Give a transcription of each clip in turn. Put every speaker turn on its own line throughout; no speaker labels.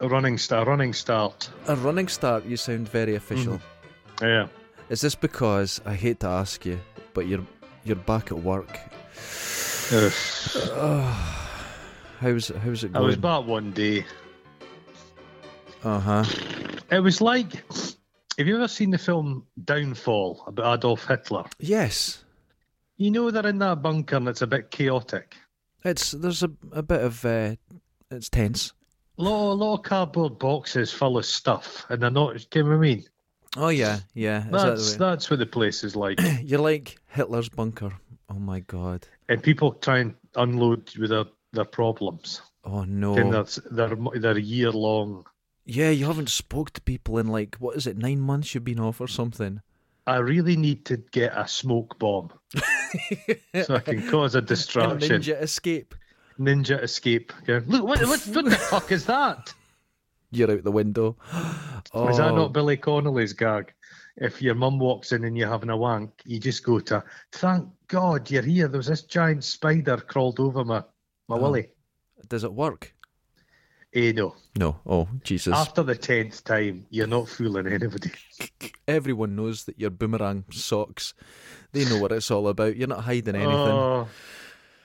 A running start. Running start.
A running start, you sound very official.
Yeah.
Is this because I hate to ask you, but you're you're back at work?
Ugh.
How's how's it
I was
going?
back one day.
Uh huh.
It was like. Have you ever seen the film Downfall about Adolf Hitler?
Yes,
You know they're in that bunker and it's a bit chaotic.
it's there's a a bit of uh, it's tense.
lot, lot of cardboard boxes full of stuff, and they're not. Do you know what I mean?
Oh yeah, yeah. Is that the
That's
way-
that's what the place is like.
You're like Hitler's bunker. Oh my god.
and people try and unload with their, their problems.
Oh
And
no.
that's they're they're year long.
Yeah, you haven't spoke to people in like what is it? Nine months you've been off or something.
I really need to get a smoke bomb so I can cause a
A
distraction. Ninja.
ninja escape.
escape. Go, Look, what, what, what the fuck is that?
You're out the window. Oh,
Is that not Billy Connolly's gag? If your mum walks in and you're having a wank, you just go to, thank God you're here. There was this giant spider crawled over my,
Oh.
my willy.
does it work?
Eh, no.
No. Oh Jesus.
After the 10th time, you're not fooling anybody.
Everyone knows that your boomerang socks. They know what it's all about. You're not hiding anything.
Oh,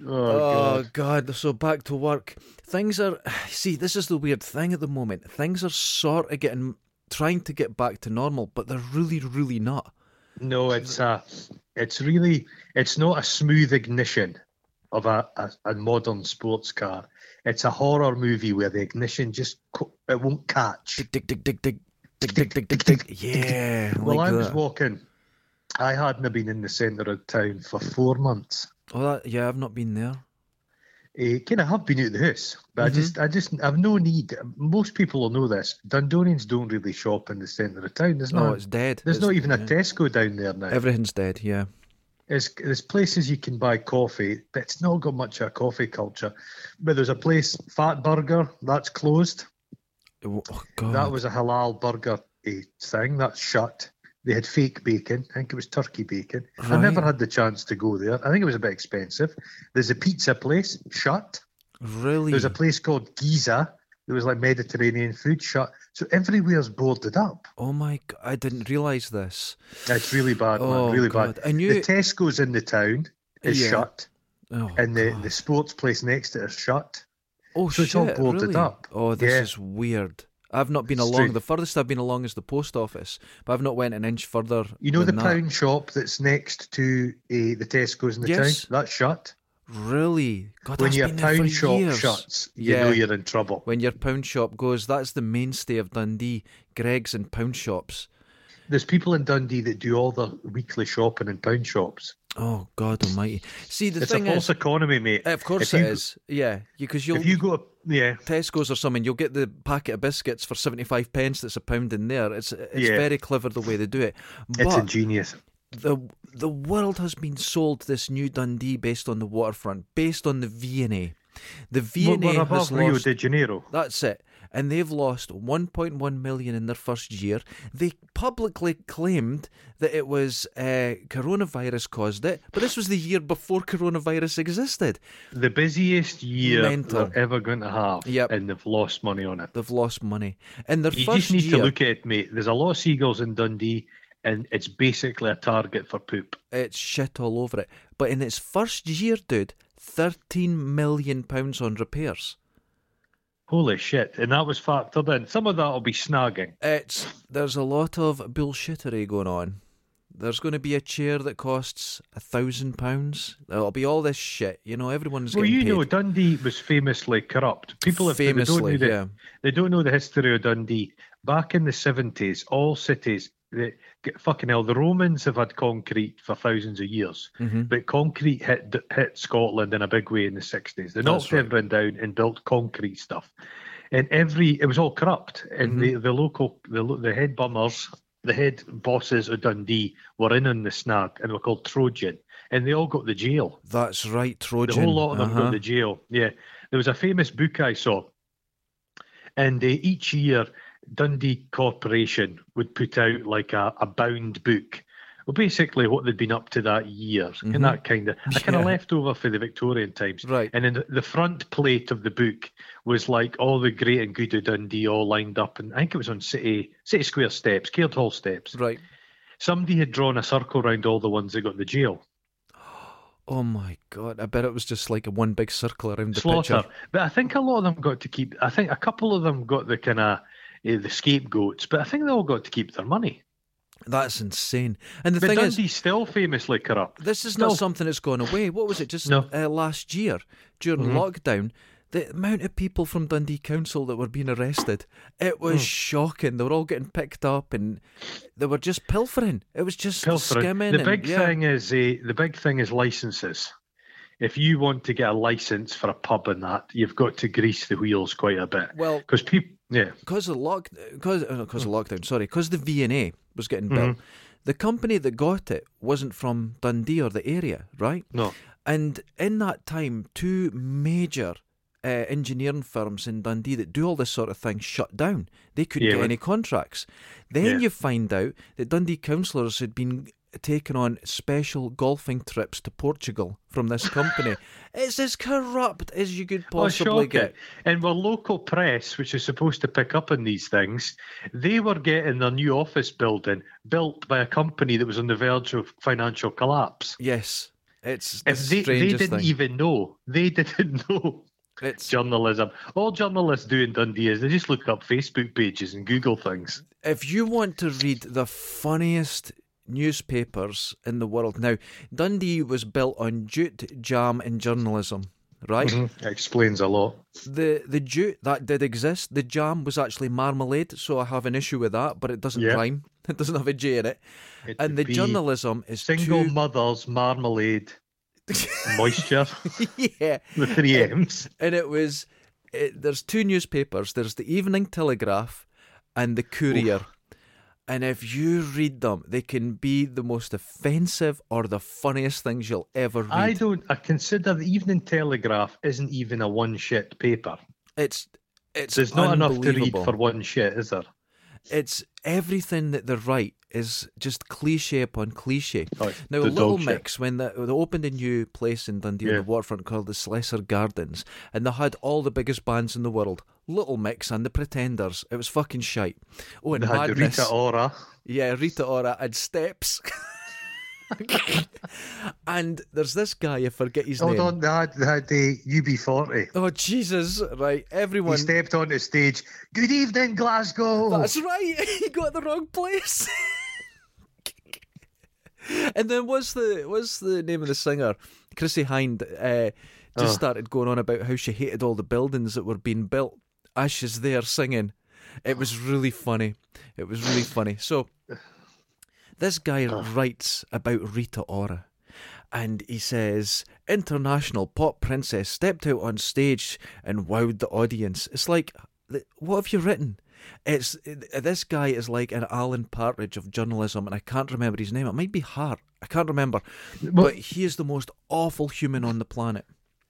oh,
Oh
God.
God! So back to work. Things are. See, this is the weird thing at the moment. Things are sort of getting, trying to get back to normal, but they're really, really not.
No, it's a, it's really, it's not a smooth ignition of a, a, a modern sports car. It's a horror movie where the ignition just, co- it won't catch.
Tick, tick, tick, tick, tick, tick, tick, tick, tick, tick. Yeah. I
Well,
like
I was
that.
walking. I hadn't been in the centre of town for four months.
Oh, that, yeah. I've not been there.
Uh, kind of have been out the house, but
Mm-hmm.
I just, I just, I've no need. Most people will know this. Dundonians don't really shop in the centre of town. There's
No,
no,
it's dead.
there's
It's-
not even a
yeah.
Tesco down there now.
Everything's dead. Yeah.
There's, there's places you can buy coffee, but it's not got much of a coffee culture. But there's a place, Fat Burger, that's closed.
Oh oh, God.
That was a halal burger eh, thing. That's shut. They had fake bacon. I think it was turkey bacon. I
Right.
never had the chance to go there. I think it was a bit expensive. There's a pizza place shut.
really.
There's a place called Giza. There was like Mediterranean food shut. So everywhere's boarded up.
oh my! God, I didn't realize this.
It's really bad,
Oh,
man. Really
God.
bad.
I knew-
the Tesco's in the town is
Yeah.
shut,
Oh,
and the,
God.
the sports place next to it is shut.
Oh
So
shit!
it's all boarded
really?
up.
Oh, this
Yeah.
is weird. I've not been along.
Straight-
The furthest I've been along is the post office, but I've not went an inch further.
You know the
than that.
pound shop that's next to uh, the Tesco's in the
Yes.
town? That's shut.
Really? God,
when
that's
your
been there for
pound shop
years.
shuts, you know you're in trouble.
When your pound shop goes, that's the mainstay of Dundee. Greg's and pound shops.
There's people in Dundee that do all their weekly shopping in pound shops.
Oh God Almighty! See, the
it's a
thing
false
is, eh,
economy, mate.
of course
if
it
you,
is. Yeah, because you'll
If you go, yeah,
Tesco's or something, you'll get the packet of biscuits for seventy five pence. That's a pound in there. It's it's
Yeah.
very clever the way they do it. But
it's ingenious.
the the world has been sold this new Dundee based on the waterfront, based on the V&A.
We're,
The V&A
we're
E has
above Rio
lost.
de Janeiro.
That's it. And they've lost 1.1 million in their first year. They publicly claimed that it was uh, coronavirus caused it, but this was the year before coronavirus existed.
The busiest year
Mental.
they're ever going to have,
Yep.
and they've lost money on it.
They've lost money. And their
You
first
just need
year,
to look at it, mate. There's a lot of seagulls in Dundee, and it's basically a target for poop.
it's shit all over it. But in its first year, dude, 13 million pounds on repairs.
Holy shit! And that was factored in. Some of that will be snagging.
It's there's a lot of bullshittery going on. There's going to be a chair that costs a thousand pounds. There'll be all this shit. You know, everyone's
Well,
getting
you
paid.
know, Dundee was famously corrupt. People, if
Famously,
they, don't know the,
yeah.
they don't know the history of Dundee. Back in the seventies, all cities, the, get- fucking hell, the Romans have had concrete for thousands of years,
Mm-hmm.
but concrete hit hit Scotland in a big way in the sixties. They knocked
right.
everyone down and built concrete stuff, and every it was all corrupt. And
Mm-hmm.
the, the local the lo- the head bummers. The head bosses of Dundee were in on the snag and were called Trojan, and they all got the jail.
That's right,
The
Trojan.
whole lot of them
Uh-huh.
got to jail. Yeah, there was a famous book I saw, and uh, each year Dundee Corporation would put out like a, a bound book well, basically what they'd been up to that year,
Mhm.
and that kind of I kind
Yeah.
of left over for the Victorian times.
Right.
And then the- the front plate of the book was like all the great and good of Dundee all lined up, and I think it was on City City Square steps, Caird Hall steps.
Right.
Somebody had drawn a circle round all the ones that got the jail.
Oh my god! I bet it was just like a one big circle around the
Slaughter.
picture.
But I think a lot of them got to keep. I think a couple of them got the kind of eh, the scapegoats, but I think they all got to keep their money.
That's insane. And the
But
thing is,
Dundee's still famously corrupt.
This is
No.
not something that's gone away. What was it just
No. Mm-hmm.
uh, last year during lockdown? The amount of people from Dundee Council that were being arrested, it
Mm.
was shocking. They were all getting picked up and they were just pilfering. It was just
Pilfering.
skimming.
The
and-
big
yeah.
thing is eh, the big thing is licenses. If you want to get a license for a pub and that, you've got to grease the wheels quite a bit.
Well,
Because people, yeah,
because of lock, because uh, 'cause
Mm.
of lockdown. Sorry, because the V and A was getting built.
Mm-hmm.
The company that got it wasn't from Dundee or the area, right?
no,
And in that time, two major uh, engineering firms in Dundee that do all this sort of thing shut down. They couldn't
Yeah,
get
right.
any contracts. Then
Yeah.
you find out that Dundee councillors had been taken on special golfing trips to Portugal from this company. it's as corrupt as you could
Well,
possibly
shocking.
get.
Oh, And our local press, which is supposed to pick up on these things, they were getting their new office building built by a company that was on the verge of financial collapse.
Yes, it's the
If they, they
strangest
didn't
thing.
even know, they didn't know
It's-
journalism. All journalists do in Dundee is they just look up Facebook pages and Google things.
if you want to read the funniest newspapers in the world now, Dundee was built on jute, jam, and journalism. Right,
It explains a lot.
the the jute that did exist. The jam was actually marmalade, so I have an issue with that. But it doesn't
Yeah.
rhyme. It doesn't have a J in it.
It
And the
would be
journalism is
single
too
mothers, marmalade, moisture,
yeah,
the three M's.
and it was. It, there's two newspapers. There's the Evening Telegraph and the Courier. And if you read them, they can be the most offensive or the funniest things you'll ever read.
I don't. I consider the Evening Telegraph isn't even a one shit paper.
It's it's
There's not enough to read
unbelievable.
for one shit, is there?
It's everything that they write is just cliche upon cliche.
Right,
Now,
Oh, the
Little
dog shit.
Mix, when they, they opened a new place in Dundee on
Yeah.
the waterfront called the Slesser Gardens, and they had all the biggest bands in the world Little Mix and the Pretenders. It was fucking shite. Oh, and
They had
Madness.
Rita Ora.
Yeah, Rita Ora and Steps. and there's this guy, I forget his
Hold
name.
on, Oh, they had, they had the UB40.
Oh, Jesus. Right, everyone.
He stepped onto stage. Good evening, Glasgow.
That's right. He got the wrong place. and then what's the what's the name of the singer? Chrissy Hind uh, just
Oh.
started going on about how she hated all the buildings that were being built as she's there singing. It was really funny. It was really funny. So this guy writes about Rita Ora. And he says, international pop princess stepped out on stage and wowed the audience. It's like, th- what have you written? It's this guy is like an Alan Partridge of journalism, and I can't remember his name. It might be Hart. I can't remember, but he is the most awful human on the planet.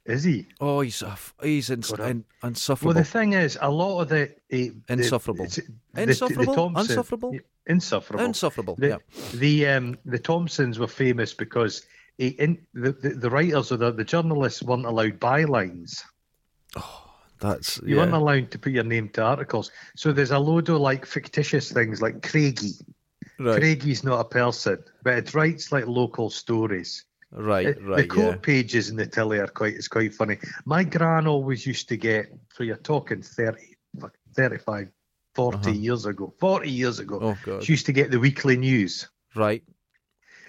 Is he?
Oh, he's uff- he's ins-
Got it.
in-
Well,
insufferable.
the thing is, a lot of the. eh, the-
Insufferable.
it's- the-
Insufferable?
The Thompson,
Unsufferable?
Insufferable.
insufferable.
The,
yeah.
the um the Thompsons were famous because eh, in, the, the the writers or the, the journalists weren't allowed bylines.
That's
You
yeah.
weren't allowed to put your name to articles. So there's a load of like fictitious things like Craigie.
right,
Craigie's not a person, but it writes like local stories.
right,
It- the
right.
court
Yeah.
pages in the telly are quite it's quite funny. My gran always used to get so you're talking 30, fuck, 35, 40
Uh-huh.
years ago, 40 years ago.
Oh god.
She used to get the weekly news.
Right.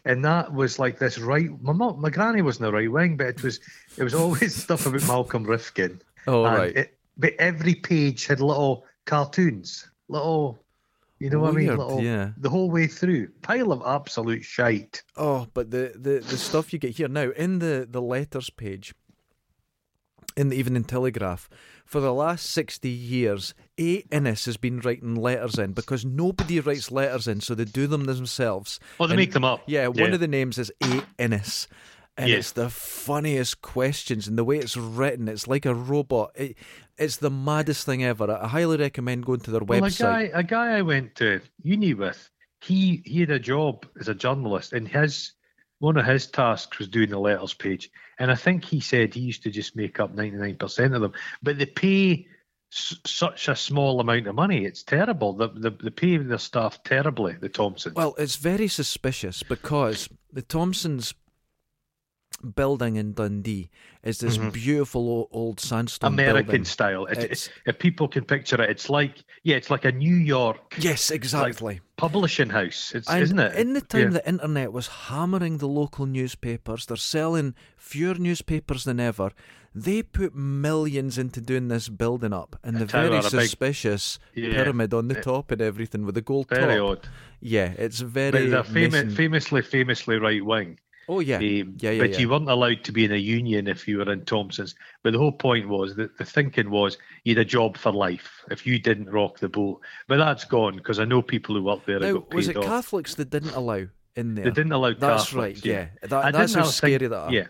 And that was like this right. My mom, my granny wasn't a right wing, but it was it was always stuff about Malcolm Rifkin.
Oh
And
right.
it- but every page had little cartoons, little, you know what I mean?
Weird,
Little,
yeah.
The whole way through, pile of absolute shite.
Oh, but the, the, the stuff you get here now in the, the letters page, in the Evening Telegraph, for the last 60 years, A. Innes has been writing letters in because nobody writes letters in, so they do them themselves.
Well, Oh, they
And-
make them up.
Yeah, one of the names is A. Innes. And
Yeah.
it's the funniest questions and the way it's written. It's like a robot. It, it's the
Oh
maddest thing ever. I highly recommend going to their
well, a guy,
website.
a guy I went to uni with, he he had a job as a journalist, and his one of his tasks was doing the letters page. And I think he said he used to just make up ninety nine percent of them, but they pay s- such a small amount of money. It's terrible. The the they pay their staff terribly. The Thompsons.
Well, it's very suspicious because the Thompsons building in Dundee is this beautiful o- old sandstone
Mm-hmm. American
building.
style. It,
It's-
it's, if people can picture it, it's like yeah, it's like a New York
Yes, exactly.
publishing house. It's,
And
isn't it?
In the time
Yeah.
the internet was hammering the local newspapers, they're selling fewer newspapers than ever. They put millions into doing this building up, and the
I tell you
very
what, a big-
suspicious
Yeah. Eh.
pyramid on the top and everything with the gold
very
top.
odd.
Yeah, it's very.
But they're famous,
Mason-
famously, famously right wing.
Oh yeah,
Um,
yeah, yeah.
but
yeah.
you weren't allowed to be in a union if you were in Thompson's. But the whole point was that the thinking was you had a job for life if you didn't rock the boat. But that's gone because I know people who work there that
Now,
got paid
was it
off.
Catholics that didn't allow in there?
They didn't allow
That's
Catholics.
right, yeah. That-
I
that's
didn't
how
allow-
scary that are.
Yeah.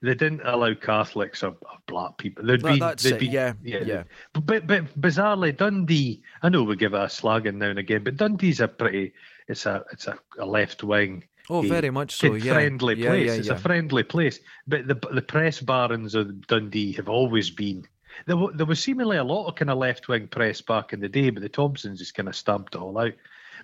They didn't allow Catholics or, or black people. They'd
That-
be,
that's
they'd
it,
be,
yeah, yeah.
But, but but bizarrely, Dundee. I know we give it a slagging now and again, but Dundee's a pretty. It's a it's a, a left wing.
Oh, very much so. Yeah,
friendly
yeah,
place.
yeah,
it's
yeah.
a friendly place. But the the press barons of Dundee have always been. There, wa- there was seemingly a lot of kind of left wing press back in the day, but the Thompsons just kind of stamped it all out.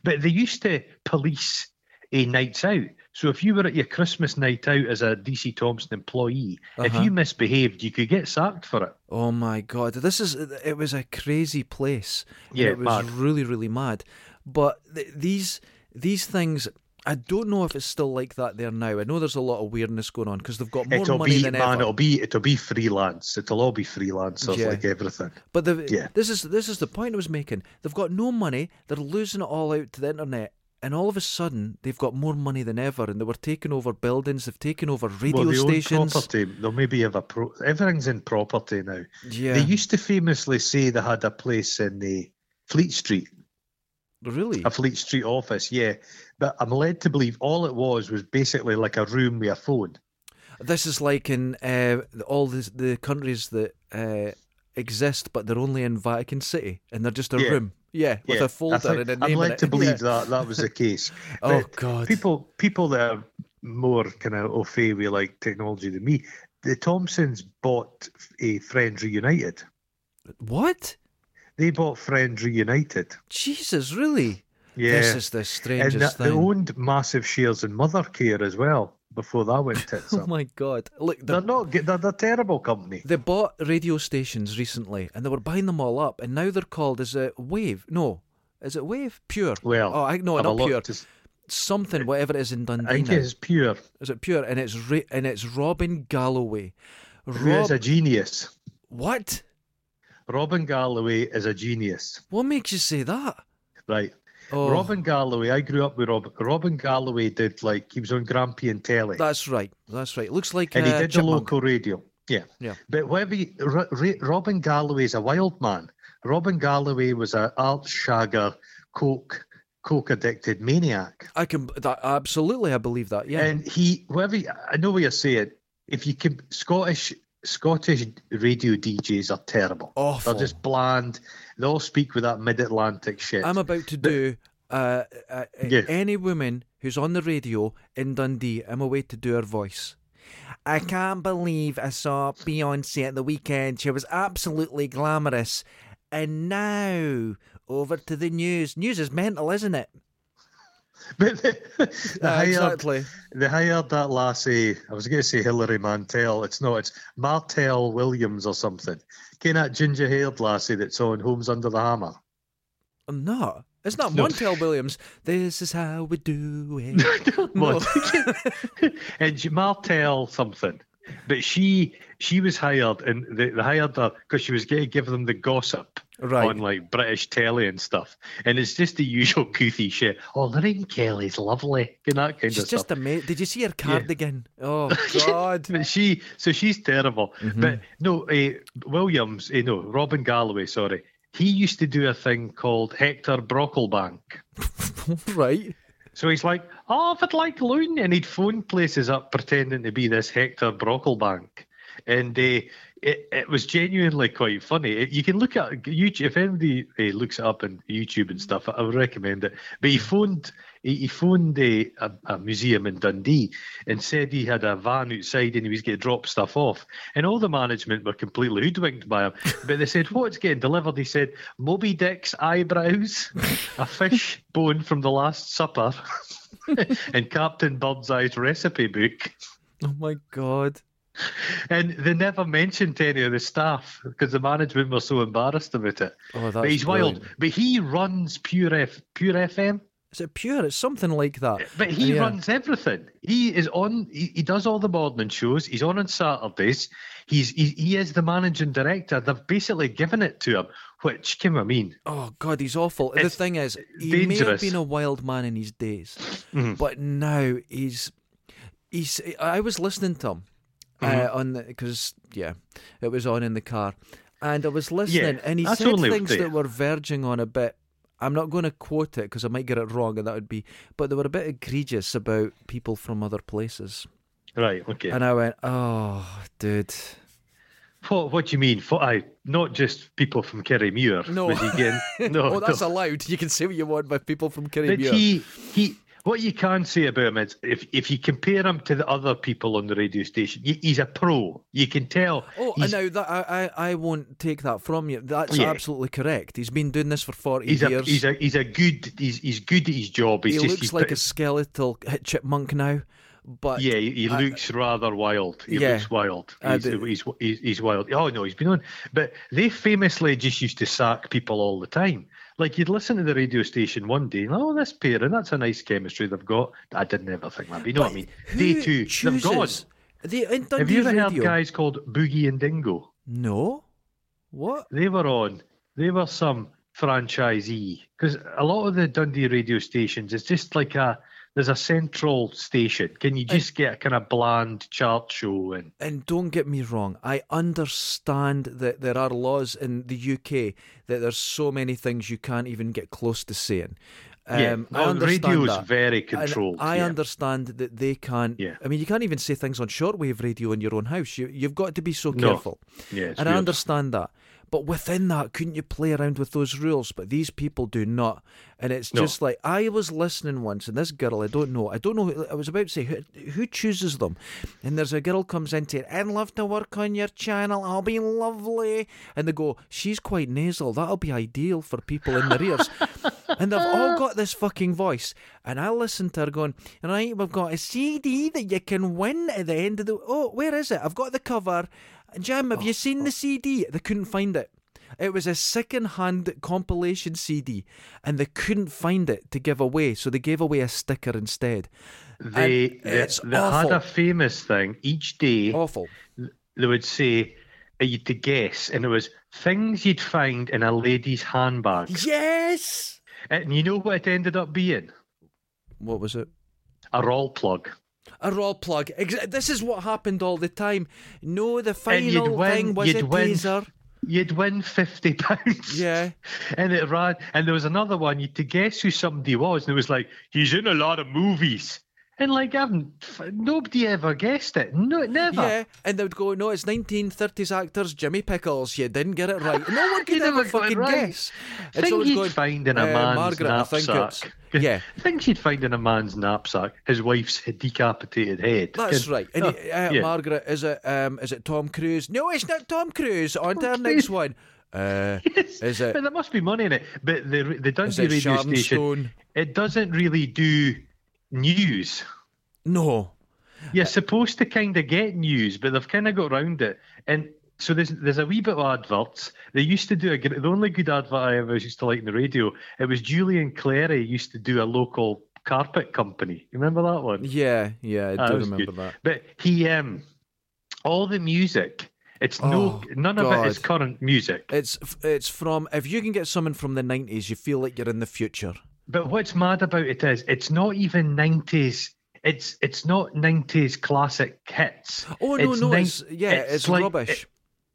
But they used to police a nights out. So if you were at your Christmas night out as a DC Thompson employee,
Uh-huh.
if you misbehaved, you could get sacked for it.
Oh my god, this is it was a crazy place. and
Yeah,
it was
mad.
really really mad. But th- these these things, I don't know if it's still like that there now. I know there's a lot of weirdness going on because they've got more
it'll
money
be
than
man,
ever.
it'll be it'll be freelance. It'll all be freelancers
Yeah.
like everything.
But the,
yeah.
this is this is the point I was making. They've got no money. They're losing it all out to the internet. And all of a sudden, they've got more money than ever, and they were taking over buildings. They've taken over radio
well, they own
stations.
property. They'll maybe have a pro- everything's in property now.
Yeah,
They used to famously say they had a place in the Fleet Street,
really.
a Fleet Street office, yeah. But I'm led to believe all it was was basically like a room with a phone.
This is like in uh, all the, the countries that uh, exist, but they're only in Vatican City, and they're just a
Yeah.
room. Yeah, with
Yeah,
a folder
I think-
and a name.
I'm
in
led
it.
to believe
Yeah.
that that was the case.
Oh
But
God.
People, people that are more kind of au fait with like technology than me, the Thompsons bought a Friends Reunited.
What?
They bought Friends Reunited.
Jesus, really?
Yeah.
This is the
and
strangest
that- they
thing.
owned massive shares in Mothercare as well before that went tits
oh
up.
my God! Look,
They're
they're
not. good- They're, they're a terrible company.
They bought radio stations recently, and they were buying them all up, and now they're called is it Wave? No, is it Wave? Pure?
Well,
oh, I no,
Have a
not
lot
Pure.
to s-
Something, whatever it is in
I
Dundee
think
now.
it's pure.
Is it Pure? And it's Ra- and it's Robin Galloway.
Who is
Rob,
a genius?
what?
Robin Galloway is a genius,
What makes you say that?
right?
Oh,
Robin Galloway. I grew up with Robin. Robin Galloway did like he was on Grampy and Telly,
that's right. That's right. Looks like
and he
uh,
did the
Chipmunk.
local radio. Yeah,
Yeah.
But whatever you, Ro- Ra- Robin Galloway is a wild man. Robin Galloway was a alt shagger, coke, coke addicted maniac.
I can that, absolutely. I believe that. Yeah.
And he, whatever, you- I know what you're saying. If you can, Scottish Scottish radio DJs are terrible.
Awful.
They're just bland. They all speak with that mid Atlantic shit.
I'm about to do uh, uh, uh,
Yeah.
any woman who's on the radio in Dundee. I'm away to do her voice. I can't believe I saw Beyonce at the weekend. She was absolutely glamorous. And now over to the news. News is mental, isn't it?
but they, they
Uh,
hired,
exactly.
they hired that lassie. I was going to say Hilary Mantel. It's not. It's Martel Williams or something. Can that ginger haired lassie that's on Homes Under the Hammer?
I'm not. It's not
No.
Montel Williams. This is how we do it.
What? and she, Martel something. But she she was hired and they, they hired her because she was going to give them the gossip
Right.
on like British telly and stuff. And it's just the usual goofy shit. Oh, Lorraine Kelly's lovely and that kind
She's
of stuff.
just amazing. Did you see her cardigan? Oh God.
But she, so she's terrible.
Mm-hmm.
But no, uh, Williams, uh, no, Robin Galloway, sorry. He used to do a thing called Hector Brocklebank.
right.
So he's like, oh, if I'd like loan, and he'd phone places up pretending to be this Hector Brocklebank. And uh, it, it was genuinely quite funny. It- you can look at YouTube if anybody uh, looks it up on YouTube and stuff. I would recommend it. But he phoned he, he phoned a, a, a museum in Dundee and said he had a van outside and he was going to drop stuff off. And all the management were completely hoodwinked by him. But they said, "What's getting delivered?" He said, "Moby Dick's eyebrows, a fish bone from the Last Supper." and Captain Birdseye's recipe book.
Oh my god.
And they never mentioned to any of the staff because the management were so embarrassed about it.
Oh, that's
but he's wild.
brilliant.
But he runs Pure F, Pure FM.
Is it pure? It's something like that.
But he
Oh, Yeah.
runs everything. He is on. He, he does all the morning shows. He's on on Saturdays. He's he, he is the managing director. They've basically given it to him, which can I mean?
Oh god, he's awful. the
It's
thing is, he may have
dangerous.
been a wild man in his days,
Mhm.
but now he's he's. I was listening to him
Mm-hmm.
uh, on because yeah, it was on in the car, and I was listening, and he
that's
said
only
things
fair.
that were verging on a bit. I'm not going to quote it because I might get it wrong, and that would be. But they were a bit egregious about people from other places,
Right. Okay.
and I went, "Oh, dude,
What What do you mean? For I not just people from Kerrymuir.
No.
Was he getting, no.
oh, that's
no.
allowed. You can say what you want by people from
But
Caribbean."
he he. What you can say about him is, if if you compare him to the other people on the radio station, he, he's a pro. You can tell.
Oh,
he's,
no, that I, I, I won't take that from you. That's
Yeah.
absolutely correct. He's been doing this for forty
he's a
years.
he's a he's a good he's he's good at his job. He's
he
just,
looks
he's
like
bit-
a skeletal hit chipmunk now, but
Yeah, he, he looks rather wild. He
Yeah.
looks wild.
I
He's,
do-
he's, he's, he's wild. Oh, no, he's been on. But they famously just used to sack people all the time. Like, you'd listen to the radio station one day, and, oh, this pairing, that's a nice chemistry they've got. I didn't ever think that. But you know what I mean?
who
Day two,
chooses?
they've gone.
They, in Dundee
Have you ever
radio,
heard guys called Boogie and Dingo?
No, what?
They were on. They were some franchisee. Because a lot of the Dundee radio stations, it's just like a. There's a central station. Can you just get a kind of bland chart show and
And don't get me wrong, I understand that there are laws in the UK that there's so many things you can't even get close to saying.
Yeah,
Um, I
well,
understand
radio is
that.
very
And
controlled.
I
yeah.
understand that they can't.
Yeah.
I mean, you can't even say things on shortwave radio in your own house. You, you've got to be so
No.
careful.
Yeah, it's
and I
weird.
understand that. But within that, couldn't you play around with those rules? But these people do not. And it's
No.
just like, I was listening once, and this girl, I don't know, I don't know, who- I was about to say, who, who chooses them? And there's a girl comes into it, I'd love to work on your channel, I'll be lovely. And they go, she's quite nasal, that'll be ideal for people in their ears. and they've all got this fucking voice. And I listened to her going, right, we've got a CD that you can win at the end of the, oh, where is it? I've got the cover. Jim, have you seen the CD? They couldn't find it. It was a second-hand compilation CD, and they couldn't find it to give away, so they gave away a sticker instead.
They,
and
they,
it's
they had
awful. Oh.
a famous thing. Each day
Awful.
they would say, "Are you to guess?" And it was things you'd find in a lady's handbag.
Yes.
And you know what it ended up being?
What was it?
A roll plug.
A raw plug. Ex- This is what happened all the time. No, the
And you'd
final
win-
thing was
you'd
a
win.
taser.
You'd win fifty pounds.
Yeah.
And it ran. And there was another one. You had to guess who somebody was, and it was like he's in a lot of movies. And like, I've nobody ever guessed it. No, never.
Yeah, and they would go, no, it's 1930s actors Jimmy Pickles. You didn't get it right. No one
You
could ever
never got it
fucking
right.
guess. And so
Thing
it's
you'd
going,
find in a
uh,
man's
Margaret,
knapsack.
I think it's yeah.
Things you'd find in a man's knapsack, his wife's decapitated head.
That's
Can-
right. And
Oh,
you- uh,
yeah.
Margaret, is it um, is it Tom Cruise? No, it's not Tom Cruise. On to our
Tom
next
Cruise.
one. Uh, is it
But there must be money in it. But the the
is
Dundee
it
radio
Sharon
station,
Stone?
it doesn't really do news.
No. Uh,
You're supposed to kind of get news, but they've kind of got round it. And so there's there's a wee bit of adverts. They used to do a gr- the only good advert I ever used to like in the radio. It was Julian Clary used to do a local carpet company. You remember that one?
Yeah, yeah, I
Ah,
do
that was
remember
good.
that.
But he, um, all the music, it's no,
Oh,
none of it is
God.
current music.
It's f- it's from if you can get someone from the nineties, you feel like you're in the future.
But what's mad about it is, it's not even nineties. It's it's not nineties classic hits.
Oh no, no,
nin-
it's yeah, it's,
like-
rubbish.
it-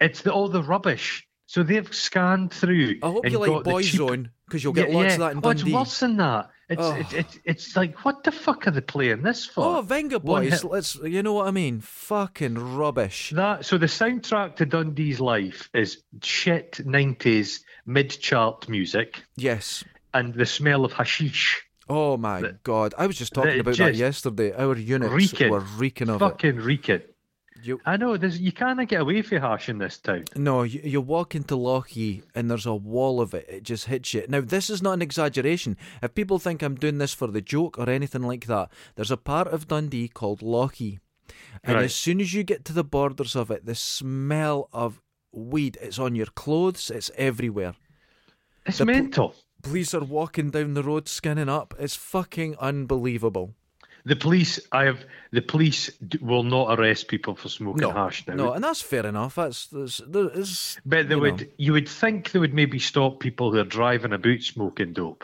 it's the, all the rubbish. So they've scanned through.
I hope
and
you like
got the cheap-
Boyzone because you'll get lots of that in
oh, it's
Dundee.
worse than that. It's,
Oh.
it's it's it's like what the fuck are they playing this
oh,
for?
Venga
One
Boys.
hit-
Let's. You know what I mean? Fucking rubbish.
That so the soundtrack to Dundee's life is shit nineties mid chart music
Yes.
and the smell of hashish.
Oh my
That-
god! I was just talking
that
about that
just
yesterday. Our units
reeking.
were reeking of it.
Fucking reeking.
You,
I know there's you can't get away from hash in this town.
no, you, you walk into Lockheed and there's a wall of it. It just hits you. Now this is not an exaggeration. If people think I'm doing this for the joke or anything like that, there's a part of Dundee called Lockheed, and
Right.
as soon as you get to the borders of it, the smell of weed. It's on your clothes. It's everywhere.
It's
The pl-
mental.
Police are walking down the road, skinning up. It's fucking unbelievable.
The police, I have the police d- will not arrest people for smoking
No,
hash now.
no, and that's fair enough. That's, that's, that's
but they
you know.
would you would think they would maybe stop people who are driving about smoking dope.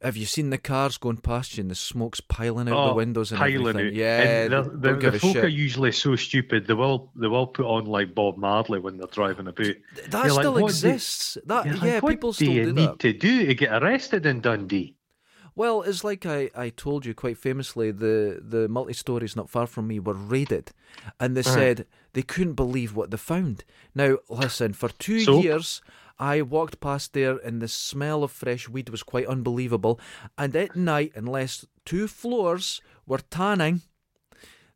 Have you seen the cars going past you and the smoke's piling out the
Oh,
windows and
piling
everything?
out.
Yeah,
and the,
they
the,
don't give
the
a
folk are
shit.
usually so stupid they will they will put on like Bob Marley when they're driving about.
that
you're like,
still
what do-
exists. that
You're like,
Ah, yeah,
what
people
do
still
you
do
need
that.
E to do to get arrested in Dundee?
Well, it's like I, I told you quite famously the the multi stories not far from me were raided, and
Uh-huh.
they said they couldn't believe what they found. Now listen, for two
So?
years. I walked past there and the smell of fresh weed was quite unbelievable. And at night, unless two floors were tanning,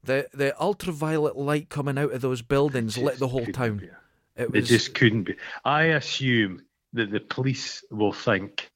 the, the ultraviolet light coming out of those buildings lit the whole
Couldn't
town.
be.
It
It
was
just couldn't be. I assume that the police will think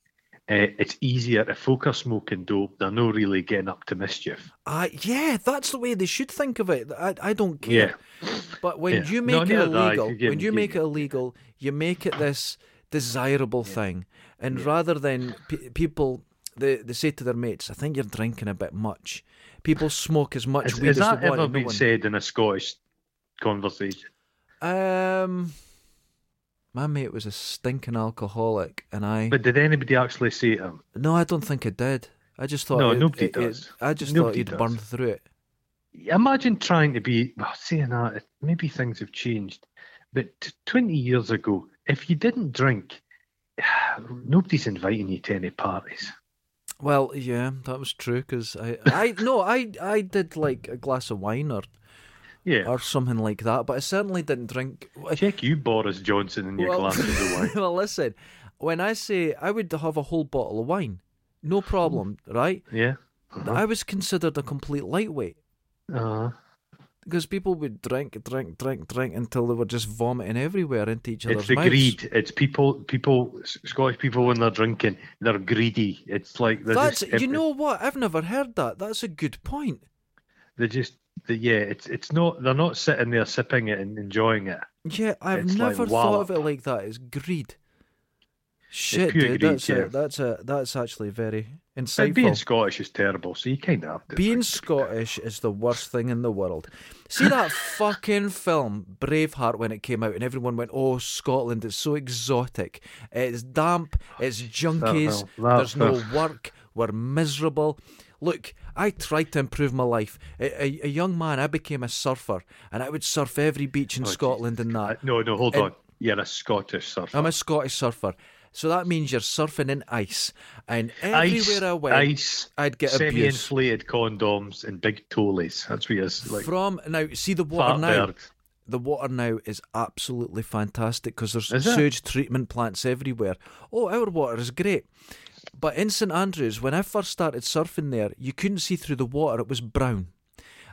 uh, it's easier if folk are smoking dope. They're not really getting up to mischief.
I yeah, that's the way they should think of it. I, I don't
Yeah.
care. But when
Yeah.
you
No,
make it
neither do I.
illegal,
Again,
when you
again.
make it illegal, you make it this desirable thing, and rather than pe people. They, they say to their mates, "I think you're drinking a bit much." People smoke as much
Has,
weed
has
as
that
they want.
ever
and no
been
one-
said in a Scottish conversation?
Um, my mate was a stinking alcoholic, and I
But did anybody actually say it? to him?
no, I don't think it did. I just thought
No,
it-
nobody
it- it-
does.
I just
Nobody
thought he'd
does.
burned through it.
Imagine trying to be well, saying that. Maybe things have changed, but t- twenty years ago, if you didn't drink, nobody's inviting you to any parties.
Well, yeah, that was true because I, I no, I, I did like a glass of wine or,
Yeah,
or something like that, but I certainly didn't drink.
check you, Boris Johnson, in your
Well-
glasses of wine.
well, listen, when I say I would have a whole bottle of wine, no problem, right?
Yeah. Uh-huh.
I was considered a complete lightweight
Uh,
because people would drink, drink, drink, drink until they were just vomiting everywhere into each other's
it's the
mouths.
greed. It's people, people, S- Scottish people when they're drinking, they're greedy. It's like they're
That's
just,
you know what? I've never heard that. That's a good point.
They just, they, yeah. It's it's not. They're not sitting there sipping it and enjoying it.
Yeah, I've
It's like
never thought of it like that. It's greed. Shit,
pure
dude,
greed,
that's
yeah.
a, that's a that's actually very
And being
insightful.
Scottish is terrible, so you kind of have to.
Being
drink.
Scottish is the worst thing in the world. See that fucking film Braveheart when it came out, and everyone went, "Oh, Scotland! It's so exotic. It's damp. It's junkies.
film, that
There's no
film.
work. We're miserable." Look, I tried to improve my life. A, a, a young man, I became a surfer, and I would surf every beach in
Oh,
Scotland and that.
Uh, No, no, hold
And-
on. You're a Scottish surfer.
I'm a Scottish surfer. So that means you're surfing in ice. And
ice,
everywhere I went,
ice,
I'd get abuse.
semi-inflated condoms and big toolies. That's what it's like.
From now, see the water
Fat
now.
bird.
The water now is absolutely fantastic because there's
Is it?
sewage treatment plants everywhere. Oh, our water is great. But in St Andrews, when I first started surfing there, you couldn't see through the water; it was brown,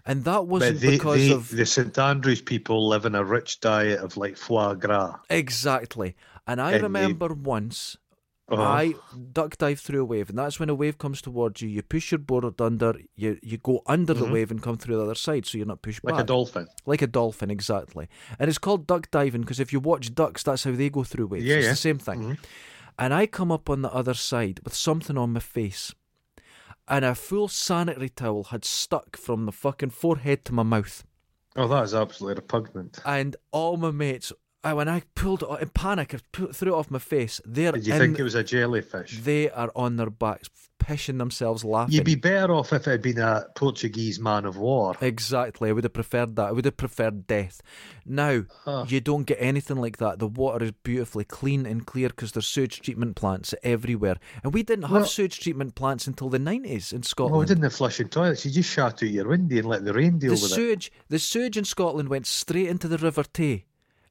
and
But
that wasn't
they,
because
they,
of
the St Andrews people live in a rich diet of like foie gras.
exactly. And I
And they-
remember once
Oh,
I duck dive through a wave, and that's when a wave comes towards you. You push your board under, you you go under the wave and come through the other side, so you're not pushed
Mm-hmm. like
back,
a dolphin.
like a dolphin exactly. And it's called duck diving because if you watch ducks, that's how they go through waves.
Yeah,
it's
yeah. Mm-hmm.
the same thing. And I come up on the other side with something on my face, and a full sanitary towel had stuck from the fucking forehead to my mouth
Oh, that is absolutely repugnant.
and all my mates I, when I pulled it o- in panic, I pu- threw it off my face. They're
Did you
in-
think it was a jellyfish?
they are on their backs, pissing themselves laughing.
You'd be better off if it had been a Portuguese man of war.
Exactly. I would have preferred that. I would have preferred death. Now,
Huh.
you don't get anything like that. The water is beautifully clean and clear because there's sewage treatment plants everywhere. And we didn't have
Well-
sewage treatment plants until the 90s in
Oh,
Scotland.
it didn't flush in toilets. You just shot out your window and let the rain deal
the
with it.
sewage, the sewage in Scotland went straight into the River Tay,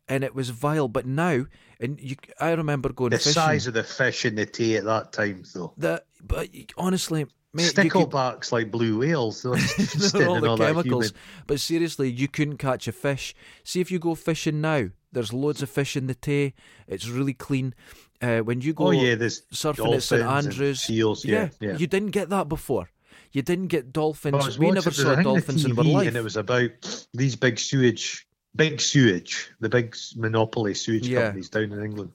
and it was vile. But now, and you, I remember going
The
fishing.
size of the fish in the tea at that time, though.
the, but you- honestly, mate, you could-
Sticklebacks like blue whales. They're
They're all
all
the
all that human.
chemicals. But seriously, you couldn't catch a fish. See if you go fishing now. There's loads of fish in the Tay. It's really clean. Uh, when you go
Oh yeah, there's
surfing at
dolphins
St
and
Andrews,
seals. Yeah, yeah.
you didn't get that before. You didn't get dolphins.
Well, I was
we
watching-
never
it was, I
saw
think, the
dolphins in our
TV,
life.
And it was about these big sewage, big sewage, the big s- monopoly sewage
Yeah.
companies down in England.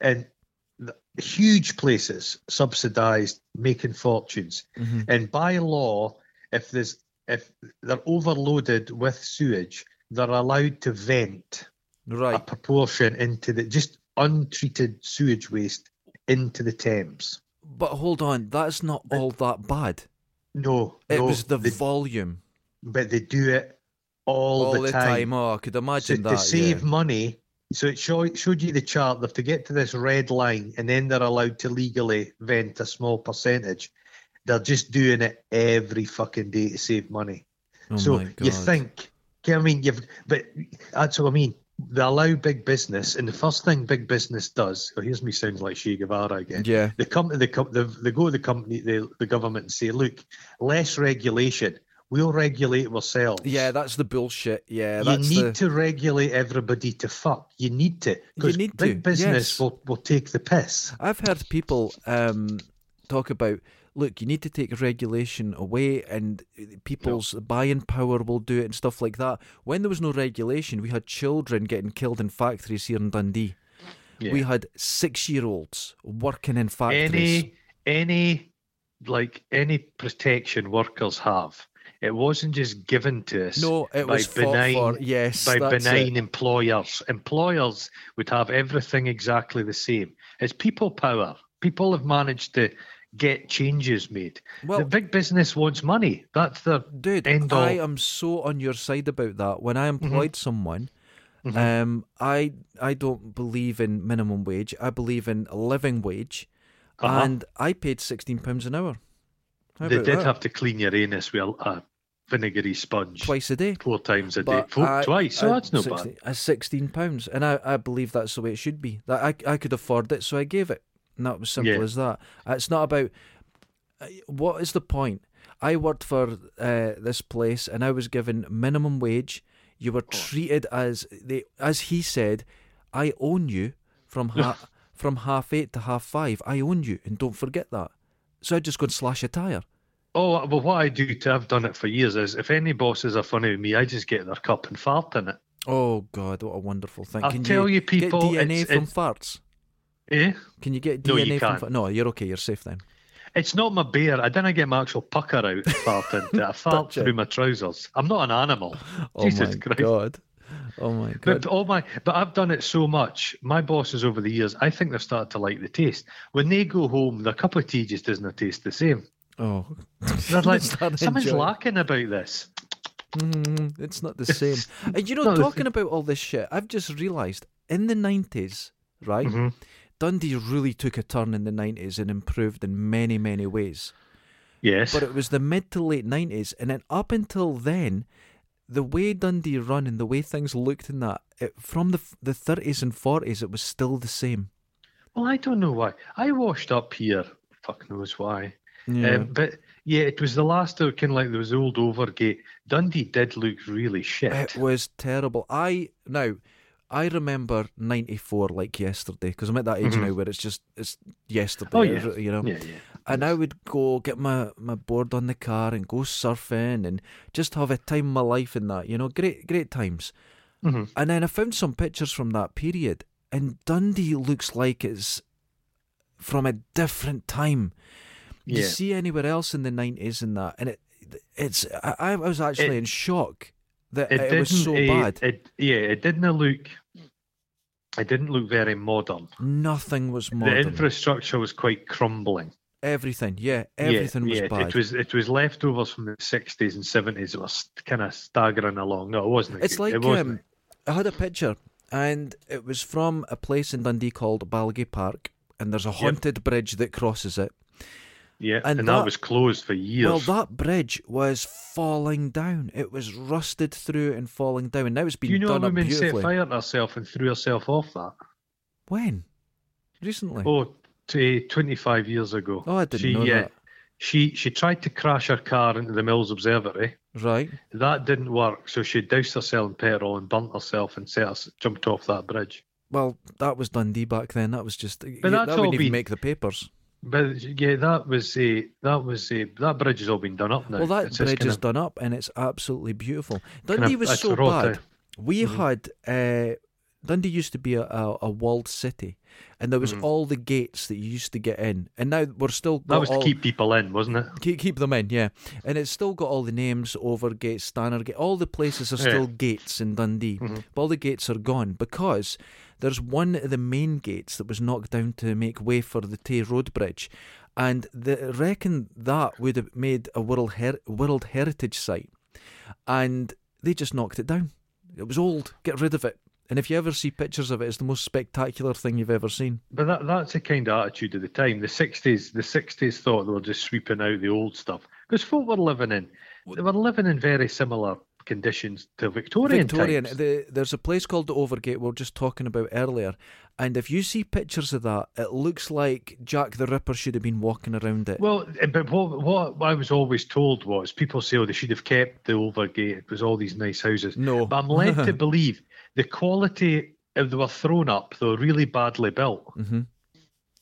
And the huge places subsidised making fortunes.
Mhm.
And by law, if there's if they're overloaded with sewage, they're allowed to vent a
Right.
proportion into the just untreated sewage waste into the Thames.
But hold on, that's not all that bad.
No,
It
no,
was the
they-
volume
but they do it all,
all,
the, time.
Oh, I could
So
imagine
to
that. yeah.
save money, so it show, it showed you the chart. They have to get to this red line, and then they're allowed to legally vent a small percentage. They're just doing it every fucking day to save money.
Oh
so
my
you
God.
think? okay, I mean, you've but that's what I mean. They allow big business, and the first thing big business does. Oh, here's me sounding like Che Guevara again.
Yeah.
They come to the com- they, they go to the company, the, the government, and say, "Look, less regulation. We'll regulate ourselves."
Yeah, that's the bullshit. Yeah,
you
that's
need
the
to regulate everybody to fuck. You need to. 'cause
need
big
to,
business
yes.
will, will take the piss.
I've heard people um, talk about look, you need to take regulation away, and people's buying power will do it and stuff like that. When there was no regulation, we had children getting killed in factories here in Dundee. We had six-year-olds working in factories.
any any like any protection workers have. It wasn't just given to us.
no, it
by
was fought
benign-
for. Yes,
by
that's it.
benign employers. Employers would have everything exactly the same. It's people power. People have managed to get changes made.
Well-
the big business wants money. That's the
Dude,
end all. Mm-hmm.
I am so on your side about that. When I employed someone, um, I I don't believe in minimum wage. I believe in a living wage,
Uh-huh.
and I paid sixteen pounds an hour. How
they
about
did
that?
have to clean your anus with a, a vinegary sponge
twice a day.
four times a day.
But
Four,
I-
twice. So
I-
that's no bad.
16 uh, sixteen pounds, and I, I believe that's the way it should be. That I I could afford it, so I gave it. And that was simple
Yeah.
as that. Uh, It's not about uh, what is the point. I worked for uh, this place, and I was given minimum wage. You
Oh.
were treated as they as he said, I own you from ha- from half eight to half five. I own you, and don't forget that. So I just go and slash a tire.
Oh well, what I do to I've done it for years is if any bosses are funny with me, I just get their cup and fart in it.
Oh God, what a wonderful thing!
I'll
Can
tell you, people,
get DNA
it's-
from
it's-
farts.
Eh?
Can you get DNA
No, you
from?
can't.
fa- No, you're okay. You're safe then.
It's not my beer. I didn't get my actual pucker out and fart into it. I fart
Gotcha.
through my trousers. I'm not an animal.
Oh
Jesus
my
Christ.
god. Oh my
But
god.
all my, but I've done it so much. My bosses over the years, I think they've started to like the taste. When they go home, their cup of tea just doesn't taste the same.
Oh.
They're like,
Start
something's
enjoying-
lacking about this.
Mm, it's not the same. And you know,
not the
talking about all this shit, I've just realised in the nineties, right?
Mhm.
Dundee really took a turn in the nineties and improved in many, many ways.
Yes.
But it was the mid to late nineties, and then up until then, the way Dundee run and the way things looked in that, it, from the f- the thirties and forties, it was still the same.
Well, I don't know why. I washed up here. Fuck knows why. Um, but yeah, it was the last of kind of like there was the old Overgate. Dundee did look really shit.
It was terrible. I now, I remember '94 like yesterday because I'm at that age now where it's just it's yesterday.
Mm-hmm. Oh, yeah.
you know.
yeah, yeah.
And I would go get my, my board on the car and go surfing and just have a time of my life in that, you know, great great times.
Mhm.
And then I found some pictures from that period, and Dundee looks like it's from a different time. You
Yeah.
see anywhere else in the nineties and that, and it it's I, I was actually
It-
in shock that
It,
it, was so
didn't, eh,
bad.
It, yeah, it didn't look. It didn't look very modern.
Nothing was
The
modern.
infrastructure was quite crumbling.
everything, yeah,
Yeah,
everything was
yeah,
bad.
It was it was leftovers from the sixties and seventies that were kind of staggering along. No, it wasn't.
It's
good.
like
it wasn't.
um, I had a picture, and it was from a place in Dundee called Balgay Park, and there's a haunted bridge that crosses it.
yeah,
and
and, that,
that-
was closed for years.
Well, that bridge was falling down. It was rusted through and falling down. Now it's been
Do you know a
done up
woman set
beautifully.
fire to herself and threw herself off that?
When? Recently.
Oh, t- 25 years ago.
Oh, I didn't
she,
know
uh,
that.
She she tried to crash her car into the Mills Observatory.
Right.
That didn't work, so she doused herself in petrol and burnt herself and set us, jumped off that bridge.
Well, that was Dundee back then. That was just. you-
that's
that
all
wouldn't even
been-
make the papers.
But yeah, that was a that was a that bridge has all been done up now.
Well, that
It's just
bridge
kind
is
of-
done up and it's absolutely beautiful.
kind
Dundee
of-
was
it's
so
raw
bad.
down.
We
Mm-hmm.
had uh, Dundee used to be a, a, a walled city, and there was all the gates that you used to get in, and now we're still
Mm-hmm. That
got
was
all-
to keep people in, wasn't it?
keep keep them in, yeah. And it's still got all the names: Overgate, Stannard, all the places are
Yeah.
still gates in Dundee, but all the gates are gone because there's one of the main gates that was knocked down to make way for the Tay Road Bridge, and they reckon that would have made a world her- world heritage site, and they just knocked it down. It was old. Get rid of it. And if you ever see pictures of it, it's the most spectacular thing you've ever seen.
But that that's the kind of attitude of the time. The sixties, the sixties thought they were just sweeping out the old stuff because folk were living in they were living in very similar conditions to Victorian,
Victorian.
times.
The, there's a place called the Overgate we were just talking about earlier, and if you see pictures of that, it looks like Jack the Ripper should have been walking around it.
Well, eh, but what, what I was always told was people say, oh, they should have kept the Overgate. It was all these nice houses.
No.
But I'm led to believe the quality of they were thrown up, they were really badly built. Mm-hmm. Do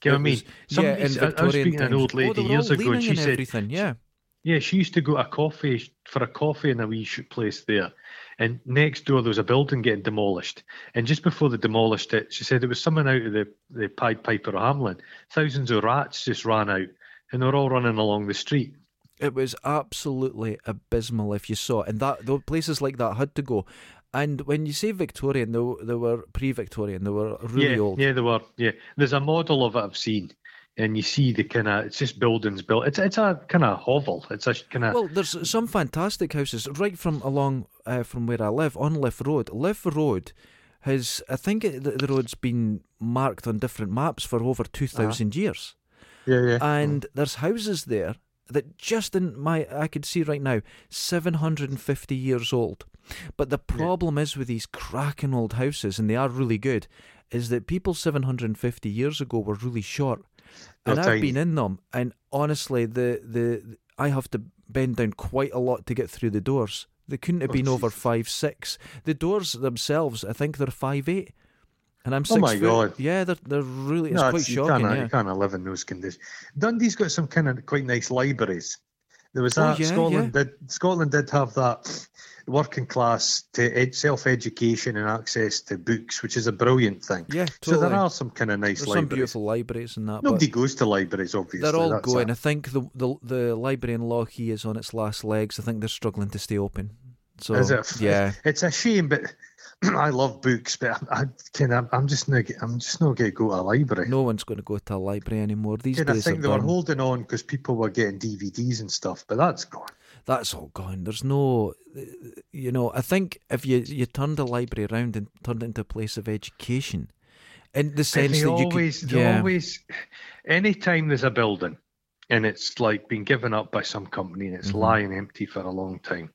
you know what I
It
mean?
was-
Somebody,
yeah, in
s- I- I was
Victorian
speaking to an
times.
old lady
oh, they were
years
all
ago, and
leaning
she
and
said,
everything. Yeah,
Yeah, she used to go to a coffee for a coffee in a wee sh- place there. And next door there was a building getting demolished. And just before they demolished it, she said it was someone out of the, the Pied Piper of Hamlin. Thousands of rats just ran out and they were all running along the street.
it was absolutely abysmal if you saw it, and that though places like that had to go. And when you say Victorian, they, were- they were pre-Victorian. They were really
yeah,
old.
yeah, they were. Yeah, there's a model of it I've seen, and you see the kind of it's just buildings built. It's it's a kind of hovel. It's a kind of
Well, there's some fantastic houses right from along uh, from where I live on Liff Road. Liff Road has, I think, it, the, the road's been marked on different maps for over two years,
yeah, yeah.
and there's houses there that just in my I could see right now, seven hundred and fifty years old. But the problem is with these cracking old houses, and they are really good, is that people seven hundred and fifty years ago were really short and
They're
I've
tiny.
been in them, and honestly, the, the I have to bend down quite a lot to get through the doors. They couldn't
Oh,
have been over five six. The doors themselves, I think they're five eight, and I'm six.
Oh my
foot.
God.
Yeah, they're they're really it's
No,
quite
it's- you
shocking.
Can't,
yeah.
You can't live in those conditions. Dundee's got some kind of quite nice libraries. There was
Oh,
that
yeah,
Scotland did Scotland did have that working class to ed, self education and access to books, which is a brilliant thing.
Yeah,
So there
totally.
are some kind of nice
There's some
libraries.
beautiful libraries and that. but
Nobody goes to libraries, obviously.
they're all
that's
going.
a-
I think the, the the library in Lochee is on its last legs. I think they're struggling to stay open. So
Is it?
yeah,
It's a shame, but I love books, but I, I can. I'm, I'm just not. get- I'm just not going to go to a library.
no one's going to go to a library anymore these
and I
days.
think
are
they were
done.
holding on because people were getting DVDs and stuff, but that's gone.
that's all gone. There's no, you know, I think if you you turned the library around and turned it into a place of education, in the
And
sense
they
that
always,
you could,
they
yeah,
always, anytime there's a building and it's like been given up by some company and it's
Mm-hmm.
lying empty for a long time,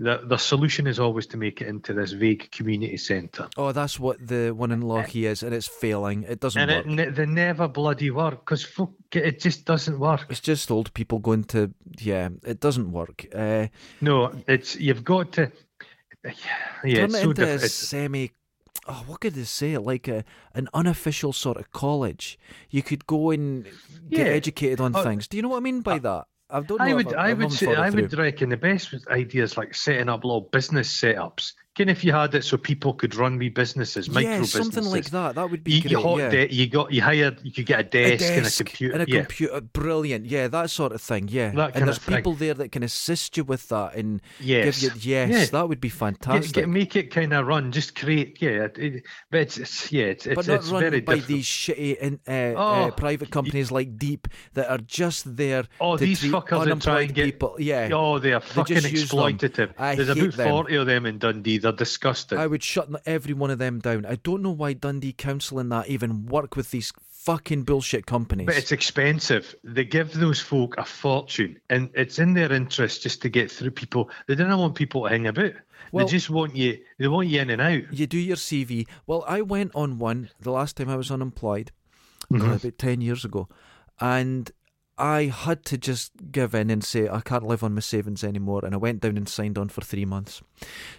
the the solution is always to make it into this vague community centre.
oh, that's what the one in Lochie is, and it's failing. It doesn't
And
work.
it, ne- they never bloody work because it just doesn't work.
it's just old people going to, yeah, it doesn't work. Uh,
No, it's you've got to. Yeah,
turn
it's
it
so
into a
different.
semi. Oh, what could they say? Like a an unofficial sort of college. You could go and get
Yeah.
educated on
Oh,
things. Do you know what I mean by that? I don't. Know
I
if
would,
I've-
I
I've
would
not
say,
thought it
I
through.
would reckon the best was ideas like setting up little business setups Can if you had it so people could run wee businesses, micro
yeah,
businesses.
something like that. That would be
You,
great.
you, hot
yeah.
de- you got you hired. You could get a
a
desk, and a
desk
computer.
and a
yeah,
computer. Brilliant. Yeah, that sort of thing. Yeah,
That kind
and
of
there's
thing.
people there that can assist you with that and
yes.
give you. Yes,
Yeah.
that would be
Get,
fantastic.
get- make it kind of run, just create, yeah. It, it- but it's, it's yeah, it's it's,
but not
it's
run
very
by
difficult.
these shitty in, uh, uh,
Oh.
private companies like Deep that are just there
Oh,
to
these
treat
fuckers that try
unemployed
and get
people. Yeah,
Oh, they are fucking
just use them.
exploitative.
I
There's
hate
about
them.
forty of them in Dundee. They're disgusting.
I would shut n- every one of them down. I don't know why Dundee Council and that even work with these fucking bullshit companies.
But it's expensive. They give those folk a fortune, and it's in their interest just to get through people. They don't want people to hang about.
Well-
they just want you. They want you in and out.
you do your CV. Well, I went on one the last time I was unemployed,
Mm-hmm.
uh, about 10 years ago, and I had to just give in and say, I can't live on my savings anymore. And I went down and signed on for three months.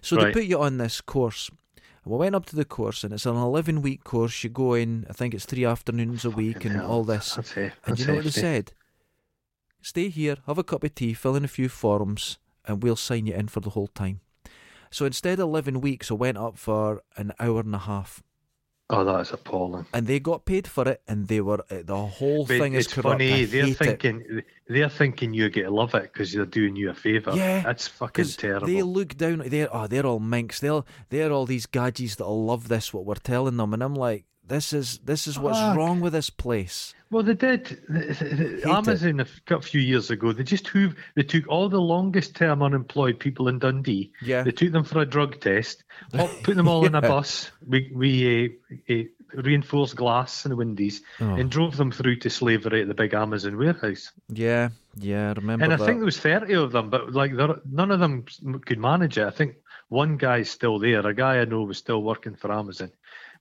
So they
Right.
put you on this course. And we went up to the course, and it's an 11 week course. You go in, I think it's three afternoons a week, and
hell,
all this.
That's it.
And you know what they said? Stay here, have a cup of tea, fill in a few forms, and we'll sign you in for the whole time. So instead of 11 weeks, I went up for an hour and a half.
Oh, that is appalling.
And they got paid for it, and they were uh, the whole
But
thing is
it's
corrupt. I
funny. They're
hate it.
thinking they're thinking you're going to love it because they're doing you a favour.
Yeah,
that's fucking
'Cause
terrible.
They look down. They're oh, they're all minx. They're they're all these gadgets that'll love this. What we're telling them, and I'm like, this is this is what's
Fuck.
wrong with this place.
Well, they did. The- the- the-
it.
Amazon a f- a few years ago, they just hoov- they took all the longest term unemployed people in Dundee.
Yeah.
They took them for a drug test, up, put them all in a
Yeah.
bus. We we uh, uh, reinforced glass and windies
Oh.
and drove them through to slavery at the big Amazon warehouse.
Yeah, yeah, I remember
And I
that.
think there was thirty of them, but like there, none of them s- could manage it. I think one guy's still there. A guy I know was still working for Amazon,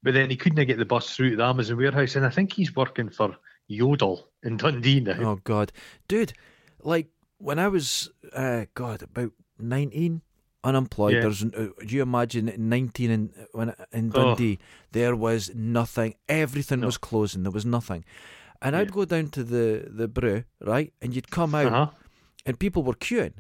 but then he couldn't get the bus through to the Amazon warehouse, and I think he's working for Yodel in Dundee now.
Oh God, dude! Like when I was, uh, God, about nineteen, unemployed.
Yeah.
There's, n- uh, do you imagine nineteen in uh, when in
Oh.
Dundee there was nothing. Everything was closing. There was nothing. And I'd go down to the the brew, Oh, right? And you'd come out,
Uh-huh.
and people were queuing,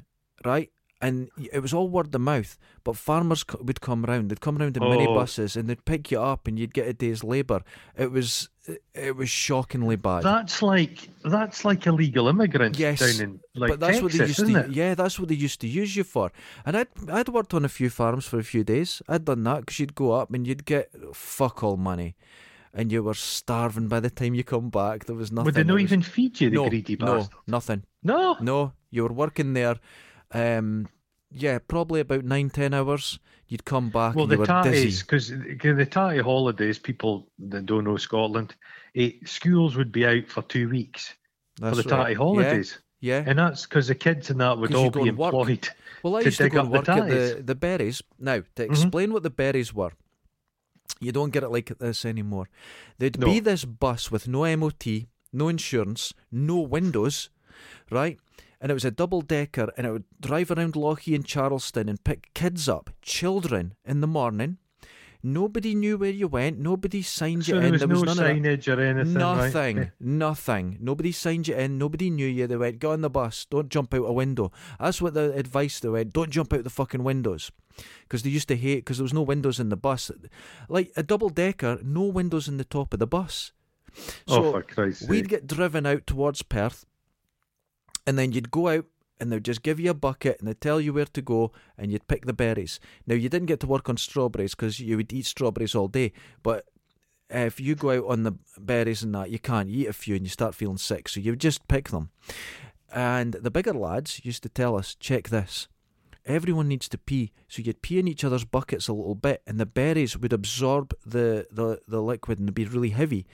right? And y- it was all word of mouth. But farmers co- would come round. They'd come round in mini
Oh.
minibuses, and they'd pick you up, and you'd get a day's labour. It was it- it was shockingly bad.
That's like that's like illegal immigrants
Yes,
down in like
but that's
Texas,
what they used
isn't
to.
it?
Yeah, that's what they used to use you for. And I'd I'd worked on a few farms for a few days. I'd done that because you'd go up and you'd get fuck all money, and you were starving by the time you come back. There was nothing.
Would they
It
not
was-
even feed you, the
no,
greedy
no,
bastard?
nothing.
No.
No, you were working there. Um, yeah, probably about nine ten hours. You'd come back.
Well,
and you
the
were
tatties,
dizzy.
because the tatty holidays, people that don't know Scotland, eh, schools would be out for two weeks
That's
for the
right.
tatty
Yeah,
holidays,
Yeah.
and that's because the kids and that would
'Cause you
all
go
be
and work.
employed.
Well, I
to
used to
dig
go and
up the Mm-hmm.
work at the,
tatties.
the berries. Now, to explain what the berries were, you don't get it like this anymore. There'd
No.
be this bus with no MOT, no insurance, no windows, right? And it was a double decker, and it would drive around Lochie and Charleston and pick kids up, children, in the morning. Nobody knew where you went. Nobody signed
So
you
there
in.
was,
there was
no
none of that.
signage or anything. right?
Nothing. Nothing. Nobody signed you in. Nobody knew you. They went, go on the bus. Don't jump out a window. That's what the advice they went. Don't jump out the fucking windows. Because they used to hate, because there was no windows in the bus. Like a double decker, no windows in the top of the bus.
Oh,
So
for Christ's
we'd
sake!
get driven out towards Perth. And then you'd go out and they'd just give you a bucket and they'd tell you where to go and you'd pick the berries. Now, you didn't get to work on strawberries because you would eat strawberries all day. But if you go out on the berries and that, you can't You eat a few and you start feeling sick. So you just pick them. And the bigger lads used to tell us, check this. Everyone needs to pee, so you'd pee in each other's buckets a little bit, and the berries would absorb the, the, the liquid and be really heavy.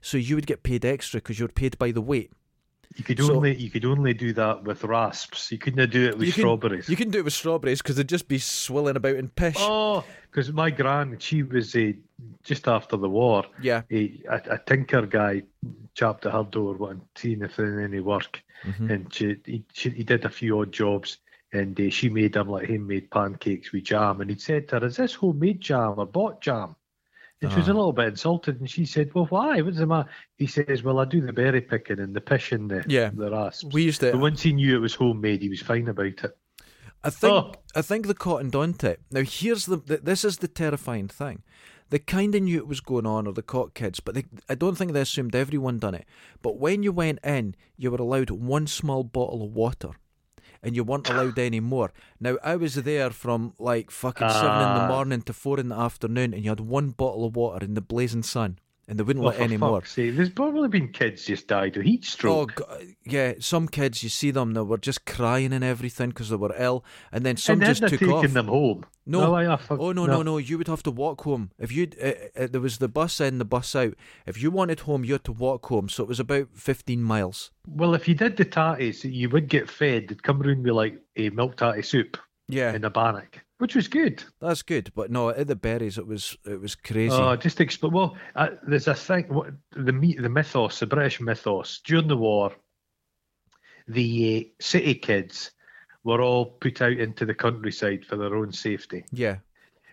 So you would get paid extra because you were paid by the weight.
You could
so-
only you could only do that with rasps. You couldn't do it with
you
strawberries.
Can, you can do it with strawberries because they'd just be swilling about in pish.
Oh, because my gran, she was uh, just after the war,
Yeah.
a, a, a tinker guy chapped at her door, wanting seeing if there was any work,
Mm-hmm.
and she he, she he did a few odd jobs, and uh, she made him like homemade pancakes with jam, and he said to her, "Is this homemade jam or bought jam?" And she was
Uh-huh.
a little bit insulted, and she said, "Well, why? What's the matter?" He says, "Well, I do the berry picking and the pish and the
Yeah.
the rasps."
We used to.
but once he knew it was homemade, he was fine about it.
I think
Oh.
I think the cotton on tip. Now here's the, th this is the terrifying thing. They kind of knew it was going on, or the cot kids, but they, I don't think they assumed everyone done it. But when you went in, you were allowed one small bottle of water, and you weren't allowed any more. Now I was there from like fucking seven in the
Ah.
morning to four in the afternoon, and you had one bottle of water in the blazing sun, and they wouldn't
Well,
let
for
any more.
fuck's sake, there's probably been kids just died of heat
Oh,
stroke.
God. yeah. Some kids, you see them, they were just crying and everything because they were ill, and then some
and then
just
they're
took
taking
off.
them home.
No.
I, I fuck-
Oh no, no, no! You would have to walk home. If you uh, uh, there was the bus in, the bus out. If you wanted home, you had to walk home. So it was about fifteen miles.
Well, if you did the tatties, you would get fed. They'd come round with like a milk tatty soup
Yeah,
in a bannock, which was good.
that's good. But no, at the berries, it was it was crazy.
Oh, just explain. Well, uh, there's a thing. What, the me- the mythos, the British mythos during the war, the uh, city kids were all put out into the countryside for their own safety.
yeah,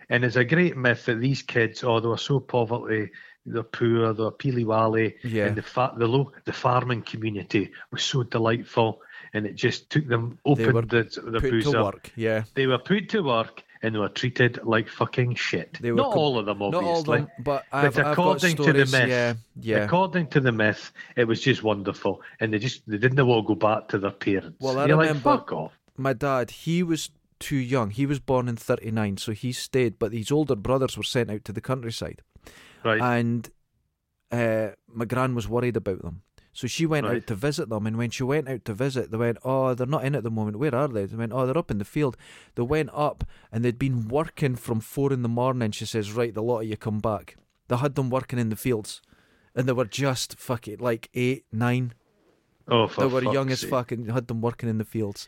And it's a great myth that these kids, oh, they were so poverty, they're poor, they're peely wally,
Yeah.
and the fa- the low, the farming community was so delightful, and it just took them
were
opened the, the
put
booze
to
up.
work. Yeah,
They were put to work and they were treated like fucking shit.
They were
Not
com-
all of them, obviously.
not all of them, but I've, I've got
according to the
stories.
myth,
yeah, yeah.
According to the myth, it was just wonderful, and they just they didn't all go back to their parents.
Well, I
You're
remember-
like, fuck off.
my dad, he was too young. He was born in 39, so he stayed, but his older brothers were sent out to the countryside.
Right.
And uh, my gran was worried about them. So she went
Right.
out to visit them, and when she went out to visit, they went, "Oh, they're not in at the moment. Where are they?" They went, "Oh, they're up in the field." They went up, and they'd been working from four in the morning. She says, "Right, the lot of you come back." They had them working in the fields, and they were just fucking like eight, nine.
oh, for
They were
fuck's
young as
sake.
fuck, and had them working in the fields.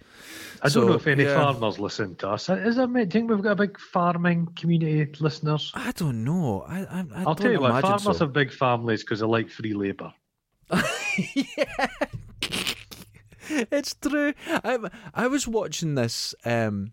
I don't
So,
know if any
yeah.
farmers listen to us. Is there, mate, do you think we've got a big farming community listeners?
I don't know. I, I, I
I'll
don't
tell you what,
imagine
farmers
so.
have big families because they like free labour.
It's true. I I was watching this. Um,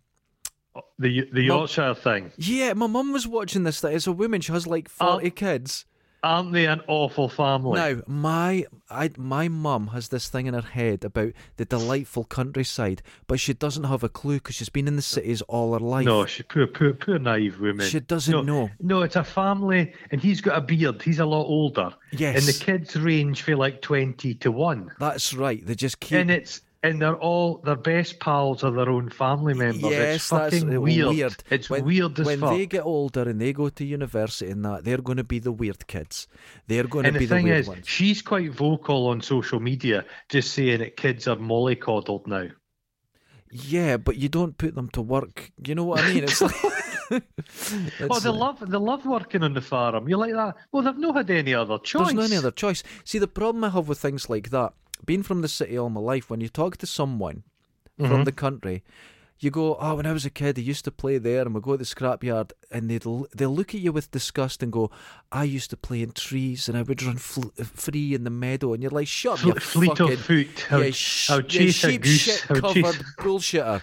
The the
Well-
Yorkshire thing.
yeah, my mum was watching this. That it's a woman. She has like forty
Oh.
kids.
Aren't they an awful family?
Now, my I, my mum has this thing in her head about the delightful countryside, but she doesn't have a clue because she's been in the cities all her life.
No, she poor, poor, poor naive woman.
She doesn't
no,
know.
No, it's a family, and he's got a beard. He's a lot older.
Yes.
And the kids range for like twenty to one,
that's right. They just keep.
and it's and they're all their best pals are their own family members.
Yes,
it's
that's
fucking
uh,
weird. It's
when,
weird as
when
fuck.
they get older and they go to university and that, they're going to be the weird kids. They're going
And
to be
the
the
thing
weird
is,
ones.
she's quite vocal on social media, just saying that kids are mollycoddled now.
Yeah, but you don't put them to work. You know what I mean? It's like.
Oh,
It's,
they
uh,
love they love working on the farm. You like that? Well, they've not had any other choice.
There's no any other choice. See, the problem I have with things like that, being from the city all my life, when you talk to someone
Mm-hmm.
from the country, you go, "Oh, when I was a kid, I used to play there, and we go to the scrapyard," and they will they will look at you with disgust and go, "I used to play in trees, and I would run fl- free in the meadow," and you're like, "Shut up, you
Fle- fleet
fucking,
of foot. How,
yeah, sh-
how
yeah,
chase a
sheep
goose.
shit
How
covered
chase.
bullshitter.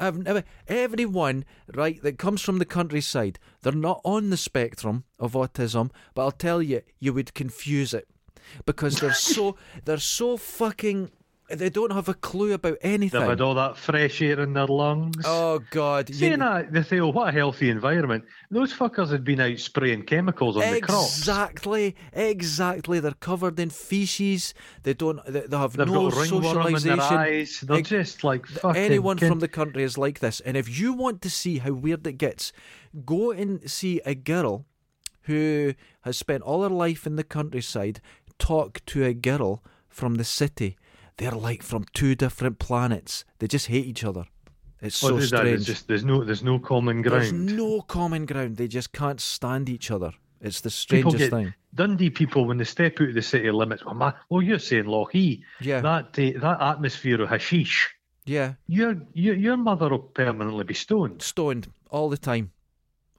I've never everyone right that comes from the countryside. They're not on the spectrum of autism, but I'll tell you, you would confuse it because they're so they're so fucking. They don't have a clue about
They've had
anything.
all that fresh air in their lungs.
Oh God! you-
Saying that, they say, "Oh, what a healthy environment." Those fuckers had been out spraying chemicals on the crops.
Exactly, exactly. They're covered in feces. They don't. They, they have
They've
no
got ringworm in their
socialization.
eyes. They're
Ex-
just like fucking.
Anyone
kin-
from the country is like this. And if you want to see how weird it gets, go and see a girl who has spent all her life in the countryside talk to a girl from the city. They're like from two different planets. They just hate each other. It's
Oh,
so
there's that,
strange.
there's just there's no there's no common
There's
ground.
no common ground. They just can't stand each other. It's the
people get
strangest thing.
Dundee people when they step out of the city limits. Well, my, well you're saying Lochee.
Yeah.
That uh, that atmosphere of hashish.
Yeah,
Your your your mother will permanently be stoned.
stoned all the time,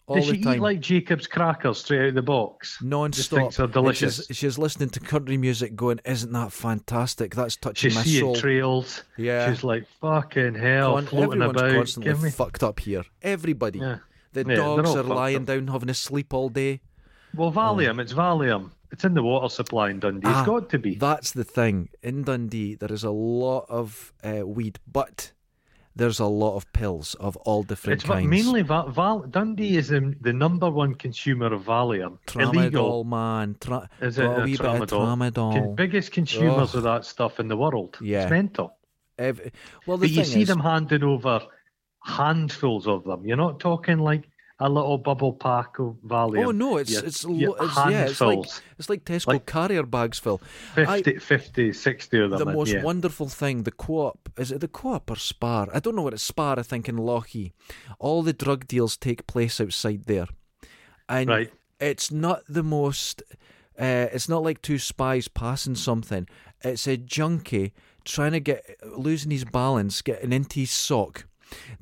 all
Does
the
she
time.
eat like Jacob's crackers straight out of the box? Just
non-stop.
thinks they're
And
delicious.
She's, she's listening to country music, going, "Isn't that fantastic? That's touching
She's
my
seeing
soul."
trails.
Yeah.
She's like fucking hell,
Con-
floating
everyone's
about.
constantly
Give me.
fucked up here. Everybody.
Yeah.
The
Yeah, they're
dogs
all
are
fucked
lying
up.
down, having to sleep all day.
Well, Valium. It's Valium. It's in the water supply in Dundee.
Oh. Ah,
it's got to be.
That's the thing. In Dundee, there is a lot of uh, weed, but there's a lot of pills of all different
It's va-
kinds.
mainly Val, Val Dundee is the, the number one consumer of Valium.
tramadol,
Illegal
man. Tra-
is it?
got a
uh,
wee bit of
Con-
tramadol.
Biggest consumers
Ugh.
of that stuff in the world.
Yeah.
It's mental.
Ev- well, the
But you
thing
see
is,
them handing over handfuls of them. You're not talking like a little bubble pack of Valium.
oh no, it's
You're-
it's,
you're
lo- it's yeah, it's like
handfuls.
it's like Tesco
Like-
carrier bags full. I-
50, 50, 60 of them.
the
in,
most
yeah.
wonderful thing, the co-op is it the co-op or Spar? I don't know what it's Spar. I think in Lochie, all the drug deals take place outside there, and
Right.
it's not the most. Uh, it's not like two spies passing something. It's a junkie trying to get losing his balance, getting into his sock.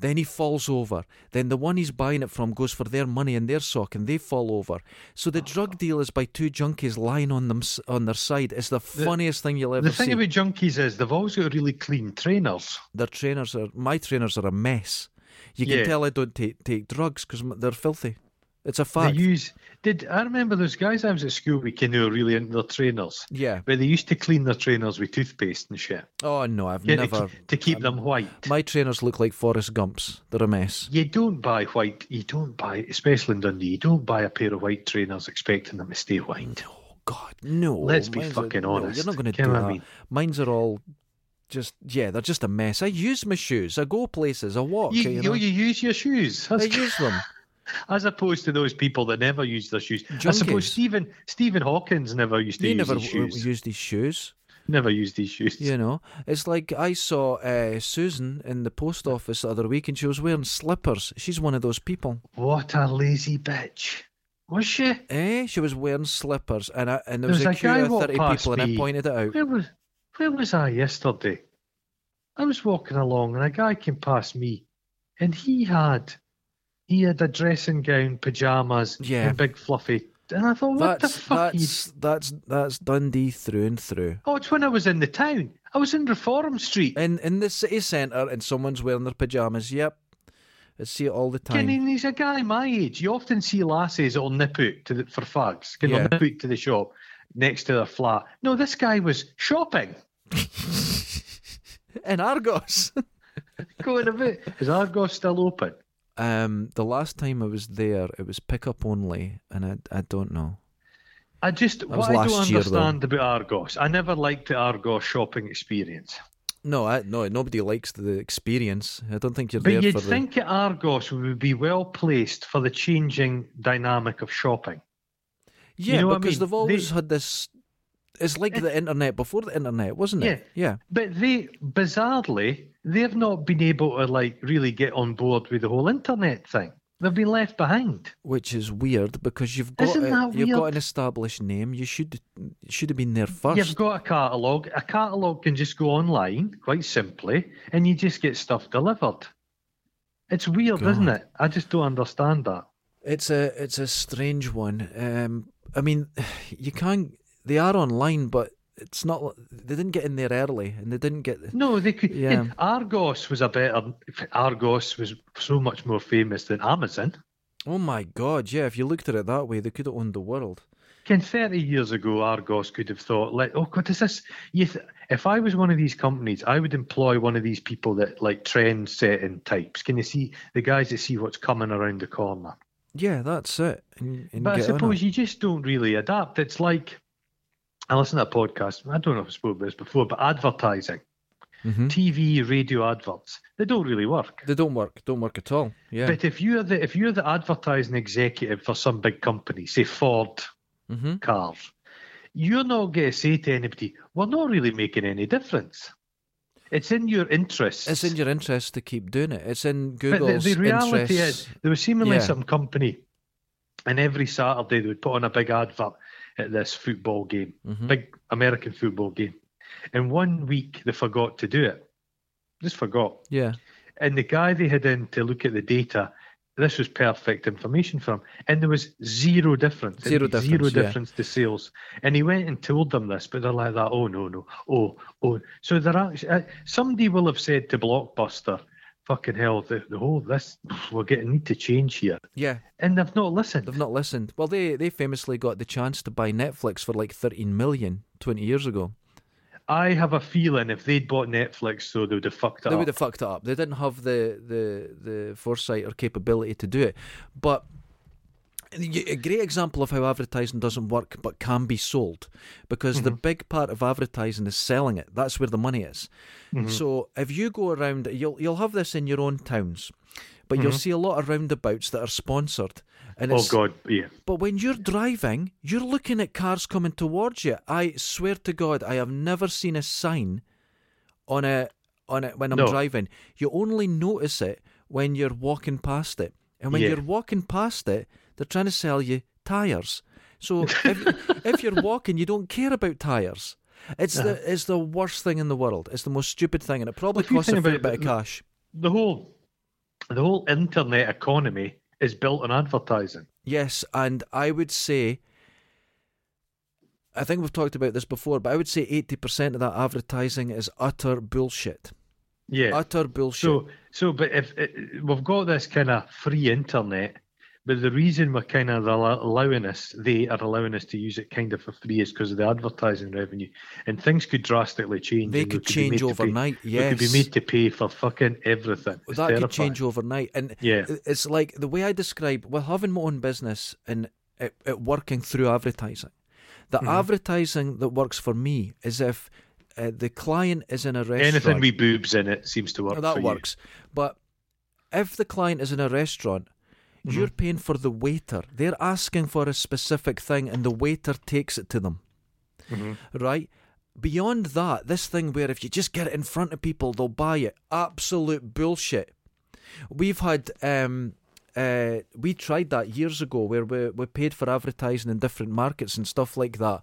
Then he falls over. Then the one he's buying it from goes for their money in their sock, and they fall over. So the drug deal is by two junkies lying on them on their side. It's the funniest thing you'll ever
The thing
see.
about junkies is they've always got really clean trainers.
their trainers are my trainers are a mess. You
Yeah.
can tell I don't take take drugs because they're filthy. It's a
They
fact.
use did I remember those guys I was at school with who were really into their trainers.
yeah.
But they used to clean their trainers with toothpaste and shit.
Oh no, I've
Yeah, to
never.
keep- to keep them white.
My trainers look like Forrest Gump's. They're a mess.
You don't buy white. You don't buy, especially in Dundee. You don't buy a pair of white trainers expecting them to stay white.
Oh God, no.
Let's be
Mine's
fucking
no,
honest.
you're not going to
Can
do
I
that.
mean?
Mine's are all just yeah, they're just a mess. I use my shoes. I go places. I walk.
You,
you
you,
know.
you use your shoes
I
as,
use them.
as opposed to those people that never use their shoes. I
Junkies.
suppose Stephen Stephen Hawkins never used to
You
use
never
his
w-
shoes.
used these shoes.
Never used his shoes.
You know, it's like I saw uh, Susan in the post office the other week, and she was wearing slippers. She's one of those people.
What a lazy bitch. Was she?
Eh? She was wearing slippers, and I, and
There
there was,
was a
a queue
guy
of
walked
thirty
past
people, and I
me.
pointed it out.
Where was where was I yesterday? I was walking along and a guy came past me and he had he had a dressing gown, pajamas,
Yeah.
and big fluffy and I thought, what
that's
the fuck you
that's that's that's Dundee through and through.
Oh, it's when I was in the town. I was in Reform Street.
In in the city centre, and someone's wearing their pajamas. Yep, I see it all the time.
Can he's a guy my age. You often see lasses that'll nip out to the, for fags. Can
Yeah.
they'll nip out to the shop next to their flat. No, this guy was shopping.
In Argos.
Going about. Is Argos still open?
um, the last time I was there, it was pickup only, and I I don't know.
I just
was
what I don't
last year, though.
understand about Argos. I never liked the Argos shopping experience.
No, I no nobody likes the experience. I don't think you're
But
there
you'd
for
think at Argos we would be well placed for the changing dynamic of shopping.
the yeah,
know what I
because
mean?
they've
They-
always had this. It's like the internet before the internet, wasn't it? Yeah.
But they bizarrely they've not been able to like really get on board with the whole internet thing. They've been left behind.
which is weird because you've got
Isn't
a-
that
you've got
weird?
an established name. You should should have been there 1st
You've got a catalogue. A catalogue can just go online, quite simply, and you just get stuff delivered. It's weird, isn't
God.
it? I just don't understand that.
It's a it's a strange one. Um, I mean, you can't. They are online, but it's not. li- They didn't get in there early, and they didn't get.
No, they could.
Yeah.
Argos was a better. Argos was so much more famous than Amazon.
Oh my god! Yeah, if you looked at it that way, they could have owned the world.
Can thirty years ago, Argos could have thought, like, oh god, is this? You th- if I was one of these companies, I would employ one of these people that like trend setting types. Can you see the guys that see what's coming around the corner?
Yeah, that's it. And, and
But I
get on it.
suppose you just don't really adapt. It's like I listen to a podcast. I don't know if I spoke about this before, but advertising,
Mhm.
TV, radio adverts, they don't really work.
they don't work. Don't work at all. Yeah.
But if you're the if you're the advertising executive for some big company, say Ford
mm-hmm.
cars, you're not going to say to anybody, "We're not really making any difference." It's in your interest.
It's in your interest to keep doing it. It's in
but the,
Google's
the reality
interests.
is, there was seemingly
Yeah.
some company, and every Saturday they would put on a big advert at this football game,
Mhm.
big American football game, and one week they forgot to do it. Just forgot.
Yeah.
And the guy they had in to look at the data, this was perfect information for him. And there was zero difference. It'd
Zero
be
difference, yeah.
Zero difference to sales. And he went and told them this, but they're like that. Oh no, no. Oh, oh. So they're actually uh, somebody will have said to Blockbuster, "Fucking hell, the, the whole this we're getting need to change here,"
Yeah.
and they've not listened.
They've not listened. Well, they, they famously got the chance to buy Netflix for like 13 million 20 years ago.
I have a feeling if they'd bought Netflix, though, they would have fucked it
They
up.
would have fucked it up. They didn't have the the the foresight or capability to do it. But y- a great example of how advertising doesn't work but can be sold because the
Mm-hmm.
big part of advertising is selling it. That's where the money is.
Mm-hmm.
So if you go around, you'll you'll have this in your own towns, but you'll see a lot of roundabouts that are sponsored. And
Mm-hmm. Oh
it's,
God, yeah.
But when you're driving, you're looking at cars coming towards you. I swear to God, I have never seen a sign on a on it when I'm
No.
driving. You only notice it when you're walking past it, and when
Yeah.
you're walking past it, they're trying to sell you tires. So if, if you're walking, you don't care about tires. It's
Uh-huh.
the it's the worst thing in the world. It's the most stupid thing, and it probably
Well, if you
costs a
think
fair
about
bit
it,
of cash.
The whole, the whole internet economy is built on advertising.
Yes, and I would say, I think we've talked about this before, but I would say 80% of that advertising is utter bullshit.
Yeah.
Utter bullshit.
So, so, but if it, we've got this kind of free internet, but the reason we're kind of allo- allowing us, they are allowing us to use it kind of for free, is because of the advertising revenue, and things could drastically change.
They
and we
could
be
change
made to pay-
overnight,
we could
yes.
be made to pay for fucking everything. It's
that could
terrifying.
change overnight. And
Yeah.
i- it's like the way I describe, well, having my own business and it, it working through advertising. The
Mm-hmm.
advertising that works for me is if uh, the client is in a restaurant.
Anything with boobs in it seems to work.
Now,
for
that
you.
works. But if the client is in a restaurant,
Mm-hmm.
you're paying for the waiter. They're asking for a specific thing, and the waiter takes it to them.
Mm-hmm.
Right? Beyond that, this thing where if you just get it in front of people, they'll buy it. Absolute bullshit. We've had. Um, uh, we tried that years ago where we, we paid for advertising in different markets and stuff like that.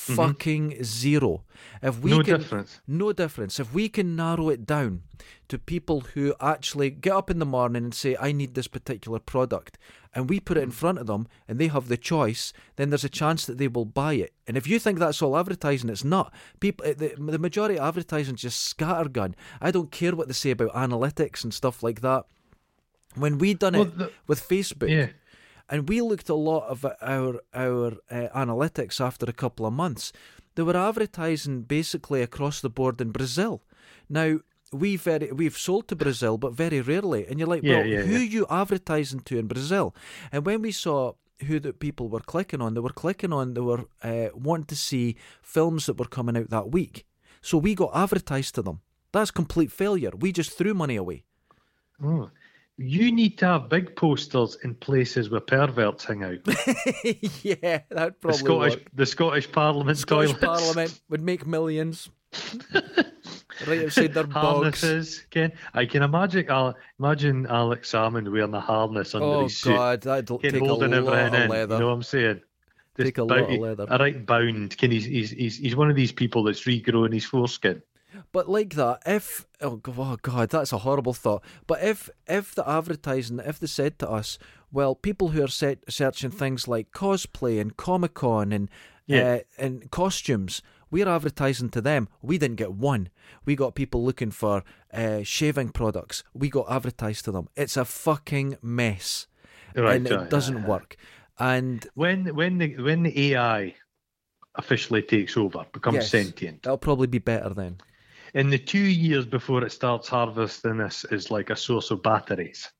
Fucking zero. If we
Mm-hmm. No
can,
difference.
no difference. If we can narrow it down to people who actually get up in the morning and say, I need this particular product, and we
Mm.
put it in front of them and they have the choice, then there's a chance that they will buy it. And if you think that's all advertising, it's not. People, the, the majority of advertising is just scattergun. I don't care what they say about analytics and stuff like that. When we done
Well,
it
the-
with Facebook,
Yeah.
and we looked at a lot of our our uh, analytics after a couple of months. They were advertising basically across the board in Brazil. Now we very we've sold to Brazil, but very rarely. And you're like,
Yeah,
well,
yeah,
who
yeah.
you advertising to in Brazil? And when we saw who the people were clicking on, they were clicking on they were uh, wanting to see films that were coming out that week. So we got advertised to them. That's complete failure. We just threw money away.
Oh. You need to have big posters in places where perverts hang out.
yeah, that
The
probably
Scottish,
work.
the Scottish Parliament
Scottish
toilets.
Parliament would make millions. right outside their bogs.
harnesses. Ken, I can imagine. Al imagine Alex Salmon wearing a harness under
Oh
his suit.
God, that'd
Ken
take a lot
holding
of
everything in.
leather.
You know what I'm saying? Just
Take a lot of
bound-
leather.
A right bound. Ken, he's, he's he's he's one of these people that's regrowing his foreskin.
But like that, if oh g- oh, God, that's a horrible thought. But if if the advertising, if they said to us, well, people who are set, searching things like cosplay and Comic Con and
Yeah.
uh, and costumes. We're advertising to them. We didn't get one. We got people looking for uh, shaving products. We got advertised to them. It's a fucking mess.
Right,
and
right,
it doesn't work. And
When when the when the AI officially takes over, becomes
yes,
sentient,
That'll probably be better then.
in the two years before it starts harvesting us is like a source of batteries.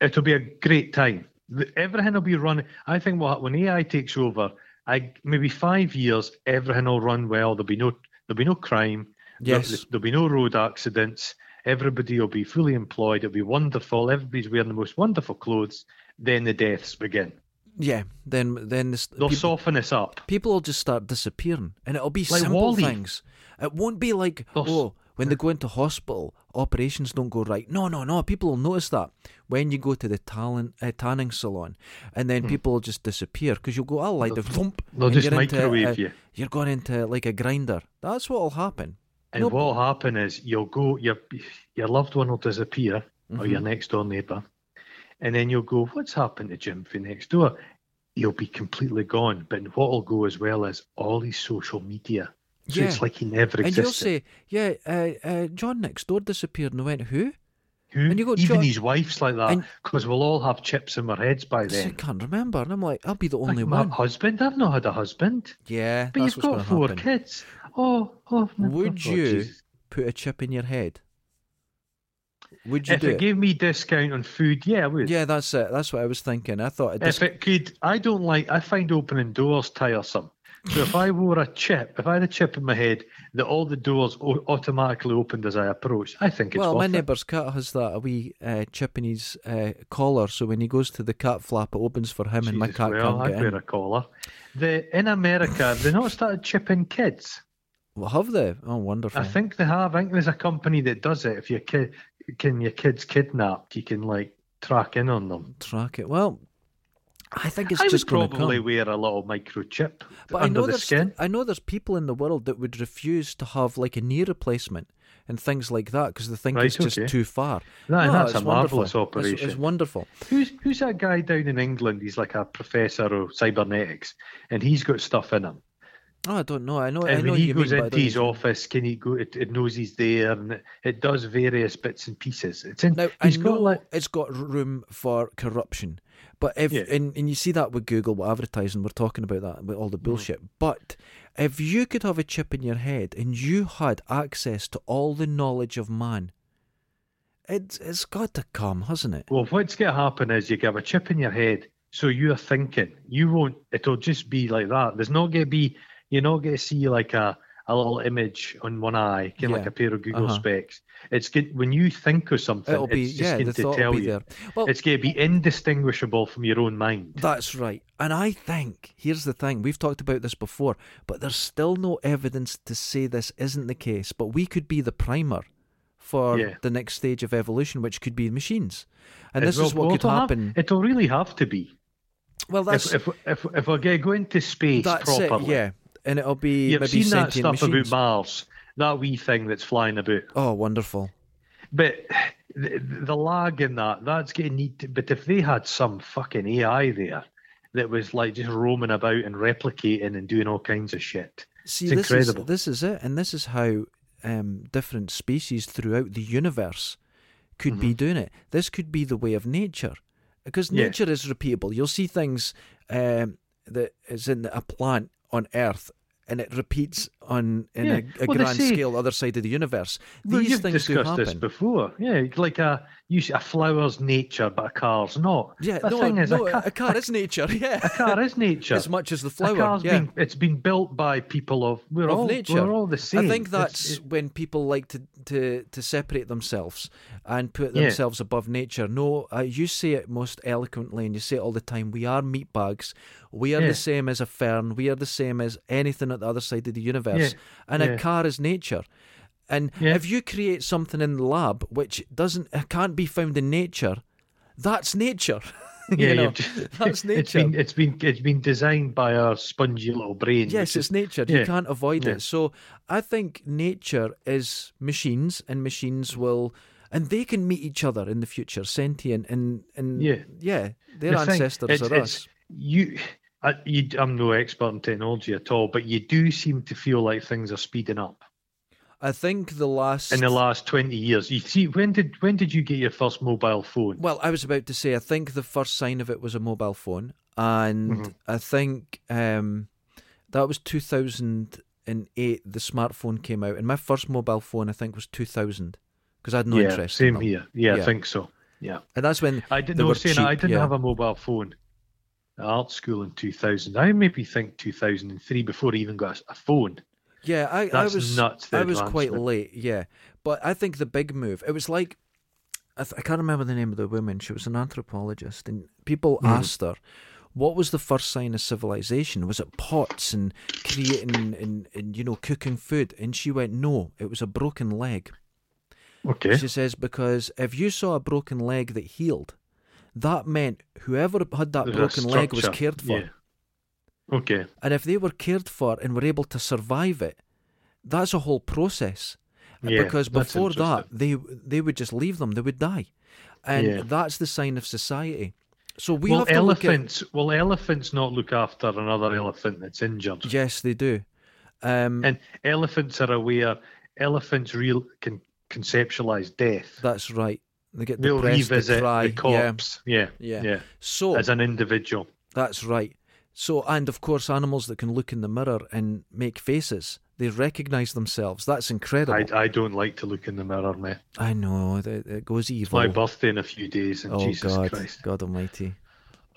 It'll be a great time. The- Everything will be running. I think what when AI takes over, I maybe five years, everything will run well. There'll be no there'll be no crime. There-
Yes.
There'll be no road accidents. Everybody will be fully employed. It'll be wonderful. Everybody's wearing the most wonderful clothes. Then the deaths begin.
Yeah. Then then this,
They'll
peop-
soften us up.
people will just start disappearing, and it'll be
Like
simple
Wall-E.
things. It won't be like
Those-
oh, when they go into hospital, operations don't go right. No, no, no. People will notice that when you go to the talent uh, tanning salon, and then people will just disappear because you'll go, I'll like the thump.
Hmm. they'll
and
just
you're into,
microwave
uh,
you.
You're going into like a grinder. That's what'll happen.
And
Nope.
what'll happen is you'll go your your loved one will disappear
Mm-hmm.
or your next door neighbour, and then you'll go, What's happened to Jim for next door? He'll be completely gone. But what'll go as well is all his social media. So
Yeah.
it's like he never
And
existed.
you'll say, yeah, uh, uh, John next door disappeared, and I went, who?
Who?
and you go,
Even
"Jo-
his wife's like that,
and-
because we'll all have chips in our heads by
I
then.
can't remember. And I'm like, I'll be the
Like,
only
my
one.
husband? I've not had a husband.
Yeah,
But
that's
you've
what's
got
gonna
four
happen.
kids. oh, oh.
Would
oh,
you
Jesus.
Put a chip in your head. Would you
If
do
it
it?
gave me discount on food, yeah, I would.
Yeah, that's it. That's what I was thinking. I thought it
If
just,
it could, I don't like. I find opening doors tiresome. So if I wore a chip, if I had a chip in my head that all the doors o- automatically opened as I approached, I think it's
well,
worth
my
it.
neighbour's cat has that a wee uh, chip in his uh, collar, so when he goes to the cat flap, it opens for him, and my
Jesus,
cat
well,
can't
I'd
get in.
wear a collar. The in America, they not started chipping kids.
Well, have they? Oh, wonderful.
I think they have. I think there's a company that does it. If your kid can your kids kidnapped, you can like track in on them.
track it. Well, I think it's
I
just
would
going to
probably
come.
wear a little microchip
But I
under
know
the
there's
skin.
I know there's people in the world that would refuse to have like a knee replacement and things like that because they think
Right,
it's just
okay.
too far.
That-
no,
that's a
it's wonderful.
marvellous
It's- It's,
operation.
wonderful.
Who's who's that guy down in England? He's like a professor of cybernetics, and he's got stuff in him.
Oh, I don't know. I know. I
And
know
when he
you mean,
goes
but I
into
don't
his
know.
office, can he go? It, it knows he's there, and it, it does various bits and pieces. It's in.
Now I
he's
know
got like
it's got room for corruption, but if
Yeah.
and, and you see that with Google, with advertising, we're talking about that with all
Mm.
the bullshit. But if you could have a chip in your head and you had access to all the knowledge of man, it's it's got to come, hasn't it?
Well, what's going to happen is you have a chip in your head, so you're thinking. You won't. It'll just be like that. There's not going to be. You're not going to see like a a little image on one eye, kind of like
Yeah.
a pair of Google
Uh-huh.
specs. It's good when you think of something.
It'll be
it's just
yeah,
going
the
to
thought will
tell
be
you.
there. Well,
It's going to be indistinguishable from your own mind.
That's right. And I think, here's the thing, we've talked about this before, but there's still no evidence to say this isn't the case. But we could be the primer for
Yeah.
the next stage of evolution, which could be machines. And
It
this
will-
is what
well,
could
it'll have-
happen.
it'll really have to be.
well, that's,
If if if if we're going to go into space
that's
properly,
it, yeah. And it'll be
you've
maybe
seen that
sentient
stuff
machines.
about Mars, that wee thing that's flying about.
oh, wonderful.
But the, the lag in that, that's going to need to. But if they had some fucking AI there that was like just roaming about and replicating and doing all kinds of shit,
See,
It's
this
incredible.
is this is it, and this is how um, different species throughout the universe could be doing it. This could be the way of nature, because
Mm-hmm. Yeah.
nature is repeatable. You'll see things um, that is in a plant on Earth. And it repeats on in
Yeah.
a, a
Well, they
grand
say-
scale, other side of the universe.
well,
These
you've
things do
discussed this
happen.
before. Yeah, like a you see, a flower's nature, but a car's not.
Yeah,
the
no,
thing is,
no,
a,
a,
car,
car is nature. Yeah,
a car is nature.
as much as the
a
flower.
car's
Yeah.
been it's been built by people of we're
of
all
nature.
we're all the same.
I think
It's-
that's
it-
when people like to, to, to separate themselves and put
Yeah.
themselves above nature. No, uh, you say it most eloquently, and you say it all the time. We are meat bags. We are
Yeah.
the same as a fern. We are the same as anything at the other side of the universe.
Yeah.
And
Yeah.
a car is nature. And
Yeah.
if you create something in the lab which doesn't can't be found in nature, that's nature.
yeah,
you know,
you've just- It's
that's nature.
been it's been it's been designed by our spongy little brain.
Yes,
which
it's
is-
nature.
yeah.
You can't avoid
Yeah.
it. So I think nature is machines, and machines will, and they can meet each other in the future, sentient and and
Yeah.
their
the thing,
ancestors
it's-
are
it's-
us.
You, I, you, I'm no expert in technology at all, but you do seem to feel like things are speeding up
I think the last
in the last 20 years. You see, when did when did you get your first mobile phone?
Well, I was about to say, I think the first sign of it was a mobile phone, and
Mm-hmm.
I think um, that was 2008. The smartphone came out, and my first mobile phone, I think, was 2000 because I had no
yeah,
interest. in
same
them.
here. Yeah, I
Yeah.
think so. Yeah,
and that's when
I didn't
they
know.
were
Saying
cheap,
I didn't
yeah.
have a mobile phone. At art school in 2000. I maybe think 2003 before I even got a phone.
Yeah, I, I
That's
was
nuts, the
I was quite
advancement.
late. Yeah, but I think the big move. It was like I, th- I can't remember the name of the woman. She was an anthropologist, and people
Hmm.
asked her, "What was the first sign of civilization? Was it pots and creating and, and you know cooking food?" And she went, "No, it was a broken leg."
Okay.
She says because if you saw a broken leg that healed, that meant whoever had that
There's a
broken leg was
structure.
cared for.
Yeah. Okay.
And if they were cared for and were able to survive it, that's a whole process.
Yeah,
because
that's
before that,
interesting.
they they would just leave them; they would die, and
Yeah.
that's the sign of society. So we
will
have to look at
elephants will elephants not look after another elephant that's injured?
yes, they do. Um,
And elephants are aware. Elephants real can conceptualize death.
that's right. They get
They'll
depressed, they
revisit
cry.
the corpse. Yeah.
Yeah,
Yeah.
Oh. yeah. So
As an individual.
That's right. So, and of course, animals that can look in the mirror and make faces, They recognise themselves. That's incredible.
I,
I,
I don't like to look in the mirror, mate.
know that it goes evil.
My birthday in a few days, and
oh
Jesus
God,
Christ. Ah.
God Almighty.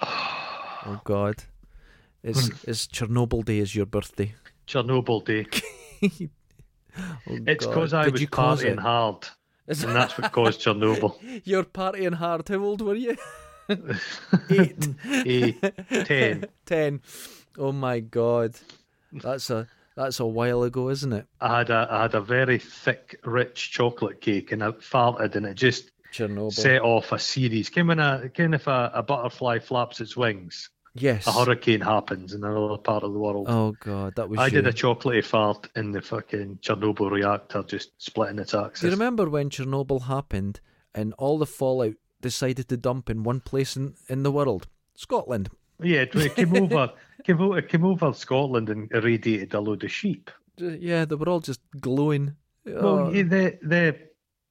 oh God, it's
Hmm.
it's Chernobyl Day is your birthday.
Chernobyl Day.
Oh,
It's
God.
because I
Did
was
you cause
partying
it?
hard,
Is
and that's what caused Chernobyl.
You're partying hard. How old were you? Eight.
Eight, ten.
Ten. Oh my God, that's a that's a while ago, isn't it?
I had a I had a very thick, rich chocolate cake, and I farted, and it just
Chernobyl.
set off a series. Kind when a kind if a, a butterfly flaps its wings,
yes.
a hurricane happens in another part of the world.
Oh God, that was.
I
you.
did a chocolatey fart in the fucking Chernobyl reactor, just splitting its axis.
Do you remember when Chernobyl happened and all the fallout decided to dump in one place in, in the world? Scotland.
Yeah, it, it came over, came over, it came over Scotland and irradiated a load of sheep.
J- Yeah, they were all just glowing. Oh.
Well, yeah, the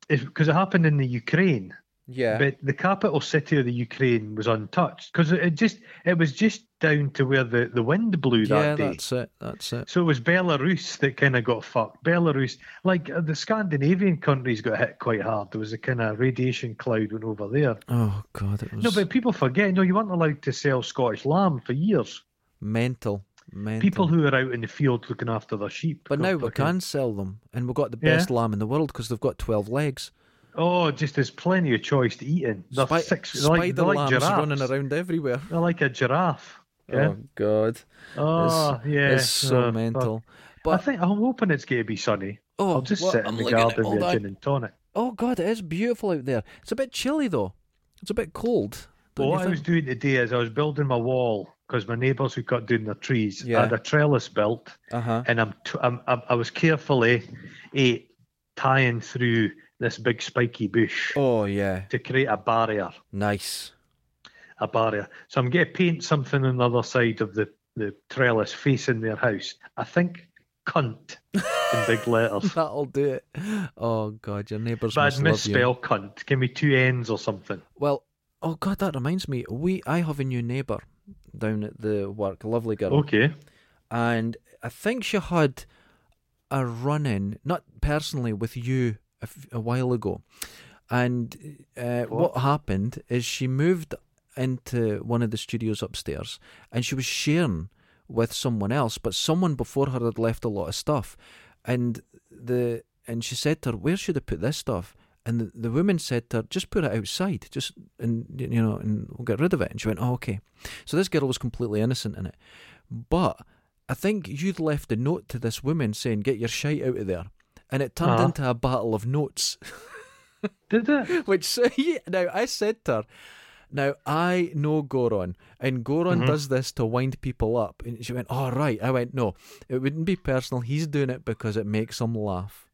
the because it happened in the Ukraine,
yeah.
but the capital city of the Ukraine was untouched because it, it just it was just down to where the, the wind blew
yeah,
that day.
that's it. That's it.
So it was Belarus that kind of got fucked. Belarus, like uh, the Scandinavian countries, got hit quite hard. There was a kind of radiation cloud went over there.
Oh God, it was
No, but people forget. No, you weren't allowed to sell Scottish lamb for years.
mental. Mental.
People who are out in the field looking after their sheep.
But
got
now we
fucking-
can sell them, and we've got the
Yeah.
best lamb in the world because they've got twelve legs.
Oh, just there's plenty of choice to eat in. They're
Spi-
six. They're like,
spider
they're like
lambs
giraffes.
running around everywhere.
They're like a giraffe. Yeah.
Oh God,
Oh, yeah.
it's so
Oh, fuck.
mental.
I
But
think I'm hoping it's going to be sunny.
oh,
I'll just
well,
sit in
I'm
the
looking at
garden
all
with a
that-
gin and tonic.
Oh God, it is beautiful out there. It's a bit chilly though. It's a bit cold.
Well,
Don't
what Oh, I
you
was
think?
doing today is I was building my wall because my neighbours who cut down their trees
Yeah.
had a trellis built,
Uh huh.
and I'm, t- I'm, I'm I was carefully eh, tying through this big spiky bush
Oh yeah,
to create a barrier,
nice.
a barrier. So I'm going to paint something on the other side of the, the trellis facing their house. I think cunt in big letters.
That'll do it. Oh God, your neighbours
But
must
I'd
love you.
misspell cunt. Give me two N's or something.
Well, oh God, that reminds me. We I have a new neighbour down at the work. Lovely girl.
Okay.
and I think she had a run in, not personally with you a, f- a while ago. And uh, what? happened is she moved into one of the studios upstairs and she was sharing with someone else, but someone before her had left a lot of stuff. And the and she said to her, Where should I put this stuff? And the, the woman said to her, Just put it outside, just and you know, and we'll get rid of it. And she went, Oh, okay. So this girl was completely innocent in it. But I think you'd left a note to this woman saying, Get your shite out of there. And it turned
Uh-huh.
into a battle of notes.
Did it?
Which so yeah, now I said to her, now I know Goron, and Goron does this to wind people up. And she went, "All right." I went, "No, it wouldn't be personal. He's doing it because it makes him laugh."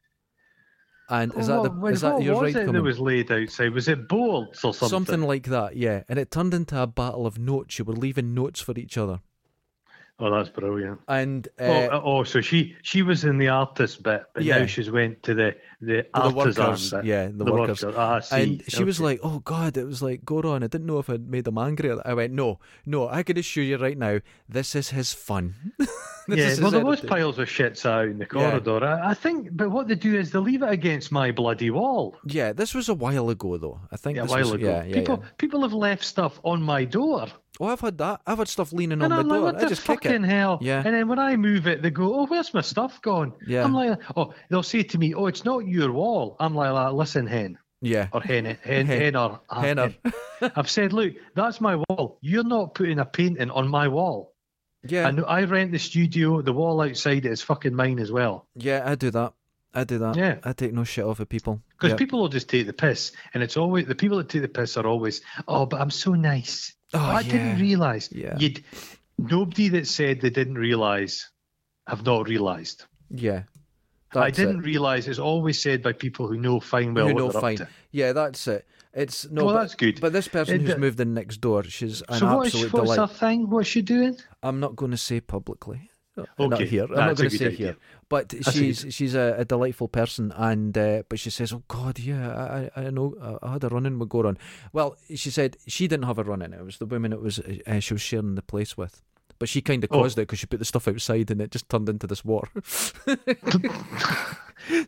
And is that the
What-
is that
Oh, what
your
was
right
it that
Conan?
was laid outside? Was it boards or something?
like that, yeah. And it turned into a battle of notes. You were leaving notes for each other,
Oh, that's brilliant.
and uh,
oh, uh, oh, so she she was in the artist bit, but
Yeah.
now she's went to the the
the
artisan
workers,
bit.
yeah, the workers.
Ah, I see.
And she was
Okay.
like, "Oh God!" It was like, "Goron, I didn't know if I'd made him angry." I went, "No, no, I can assure you right now, this is his fun." This
"Yeah,
is
well,
his
there was
attitude.
piles of shits out in the corridor. I, I think, but what they do is they leave it against my bloody wall."
Yeah, this was a while ago though. I think
Yeah, a
this
while
was,
ago,
Yeah, yeah,
people
yeah.
people have left stuff on my door,
Oh, I've had that. I've had stuff leaning
and
on
I'm
my
like,
door.
"What
I
the
just kick
fucking
it.
hell!"
Yeah.
And then when I move it, they go, "Oh, where's my stuff gone?"
Yeah.
I'm like, "Oh, they'll say to me, oh, it's not your wall.'" I'm like, "Listen, hen,
Yeah,
or hen, hen, hen,
Hen-
or ah,
Henner.
I've said, look, that's my wall. You're not putting a painting on my wall.
yeah,
And I rent the studio. The wall outside it is fucking mine as well.
yeah. I do that. I do that.
Yeah.
I take no shit off of people.
Because
Yeah.
people will just take the piss, and it's always the people that take the piss are always, oh, but I'm so nice.
Oh,
I didn't
yeah.
realize.
Yeah.
You'd, nobody that said they didn't realize have not realized.
Yeah.
I
That's it.
didn't realize is always said by people who know fine well
You
what
know,
they're up
fine.
to.
Yeah, that's it. It's no.
Well,
but,
that's good.
But this person
It-
who's
the-
moved in next door, she's an
so what is,
absolute
what's
delight.
her thing? What's she doing?
I'm not going to say publicly. Uh, not
Okay,
here. I'm not
that's a
going to
good
say
idea.
here. But
a good
she's she's a, a delightful person, and uh, but she says, "Oh God, yeah, I I I know I- I had a run in with Goron." Well, she said she didn't have a run in. It was the woman it was uh, she was sharing the place with. but she kind of
Oh.
caused it because she put the stuff outside and it just turned into this war.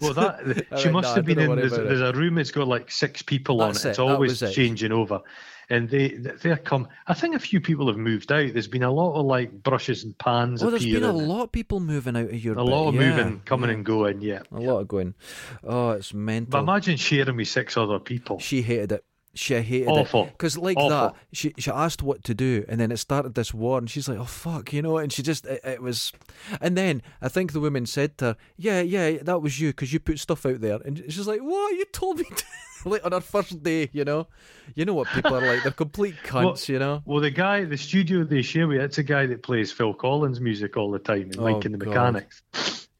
Well, that
All
she
right,
must have
no, I don't
been in.
worry
There's,
about it.
there's a room that's got like six people on
That's
it. It's
it, that
always
was it.
changing over, and they they're come. I think a few people have moved out. There's been a lot of like brushes and pans
well, Oh, there's
appearing.
been a lot of people moving out of your
a
bit,
lot of
yeah.
moving, coming and going. Yeah,
A lot of going. Oh, it's
but
mental.
imagine sharing with six other people.
She hated it. She hated
Awful.
Because like
Awful.
that, she she asked what to do, and then it started this war, and she's like, "Oh fuck," you know, and she just it, it was, and then I think the woman said to her, "Yeah, yeah, that was you, because you put stuff out there," and she's like, "What? You told me to." like on her first day, you know, you know what people are like, they're complete cunts, you know.
Well, the guy, the studio they share with, it's a guy that plays Phil Collins music all the time in
Oh,
Mike and the
God.
Mechanics.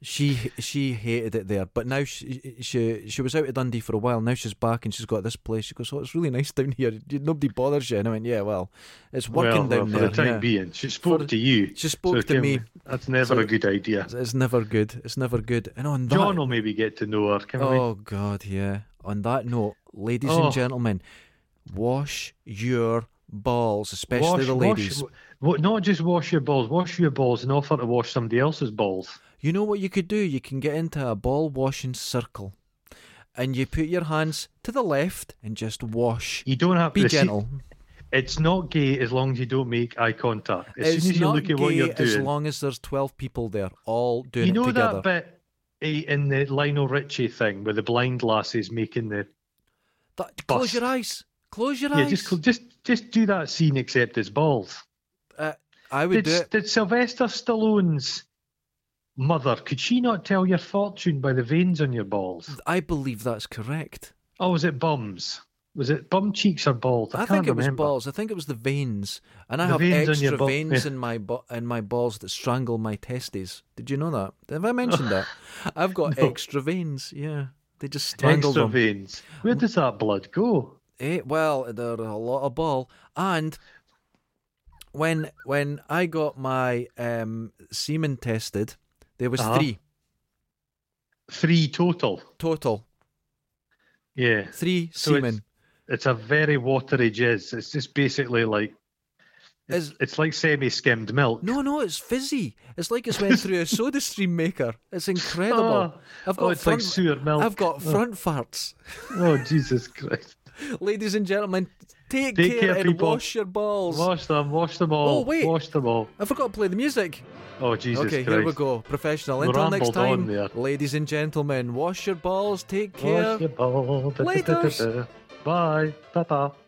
She she hated it there, but now she she she was out of Dundee for a while. Now she's back and she's got this place. She goes, "Oh, it's really nice down here. Nobody bothers you." And I went, "Yeah, well, it's working
well, well,
down
for
there."
the time
yeah."
being, she spoke
For-
to you.
She
so
spoke to
Kim,
me.
That's never
So-
a good idea.
It's, it's never good. It's never good. And on that,
John will maybe get to know her. Can we?
oh god, yeah. On that note, ladies
Oh.
and gentlemen, wash your balls, especially the ladies.
Wash, wa- not just wash your balls, wash your balls and offer to wash somebody else's balls.
You know what you could do? You can get into a ball washing circle, and you put your hands to the left and just wash.
You don't have
Be
to see-
gentle.
it's not gay as long as you don't make eye contact. As
it's
soon as you
not
look
gay
at what you're
as
doing,
long as there's twelve people there, all doing
you know
it together.
that bit eh, in the Lionel Richie thing where the blind lassie's making the
That- close
bust.
your eyes. Close your
yeah,
eyes.
just just just do that scene except it's balls.
uh, I would
Did,
do it.
did Sylvester Stallone's mother could she not tell your fortune by the veins on your balls?
I believe that's correct.
Oh, was it bums? Was it bum cheeks or balls? I,
I
can't
think it was
remember.
balls. I think it was the veins, and I
The
have
veins on
extra
your ball-
veins
yeah.
in my bo- in my balls that strangle my testes. Did you know that? Have I mentioned that? I've got
No.
extra veins. Yeah, they just strangle
Extra
them.
veins. Where does that blood go?
Eh, well, they're a lot of ball. And when when I got my um, semen tested, there was
Uh-huh.
three
Three total.
total,
Yeah.
three
So it's-
semen.
It's a very watery jizz. It's just basically like it's,
Is-
it's like semi skimmed milk.
No, no, it's fizzy. It's like it's went through a soda stream maker. It's incredible.
Oh,
I've
oh,
got
it's
front,
like sewer milk.
I've got front farts.
Oh, Jesus Christ.
Ladies and gentlemen, take,
Take
care,
care,
and
people.
wash your balls.
Wash them, wash them all.
Oh, wait.
Wash them all.
I forgot to play the music.
Oh, Jesus
okay,
Christ.
here we go. Professional.
We
Until next
rambled on
time,
there.
ladies and gentlemen, wash your balls, take care.
Wash your ball.
Laters.
Bye. Bye bye.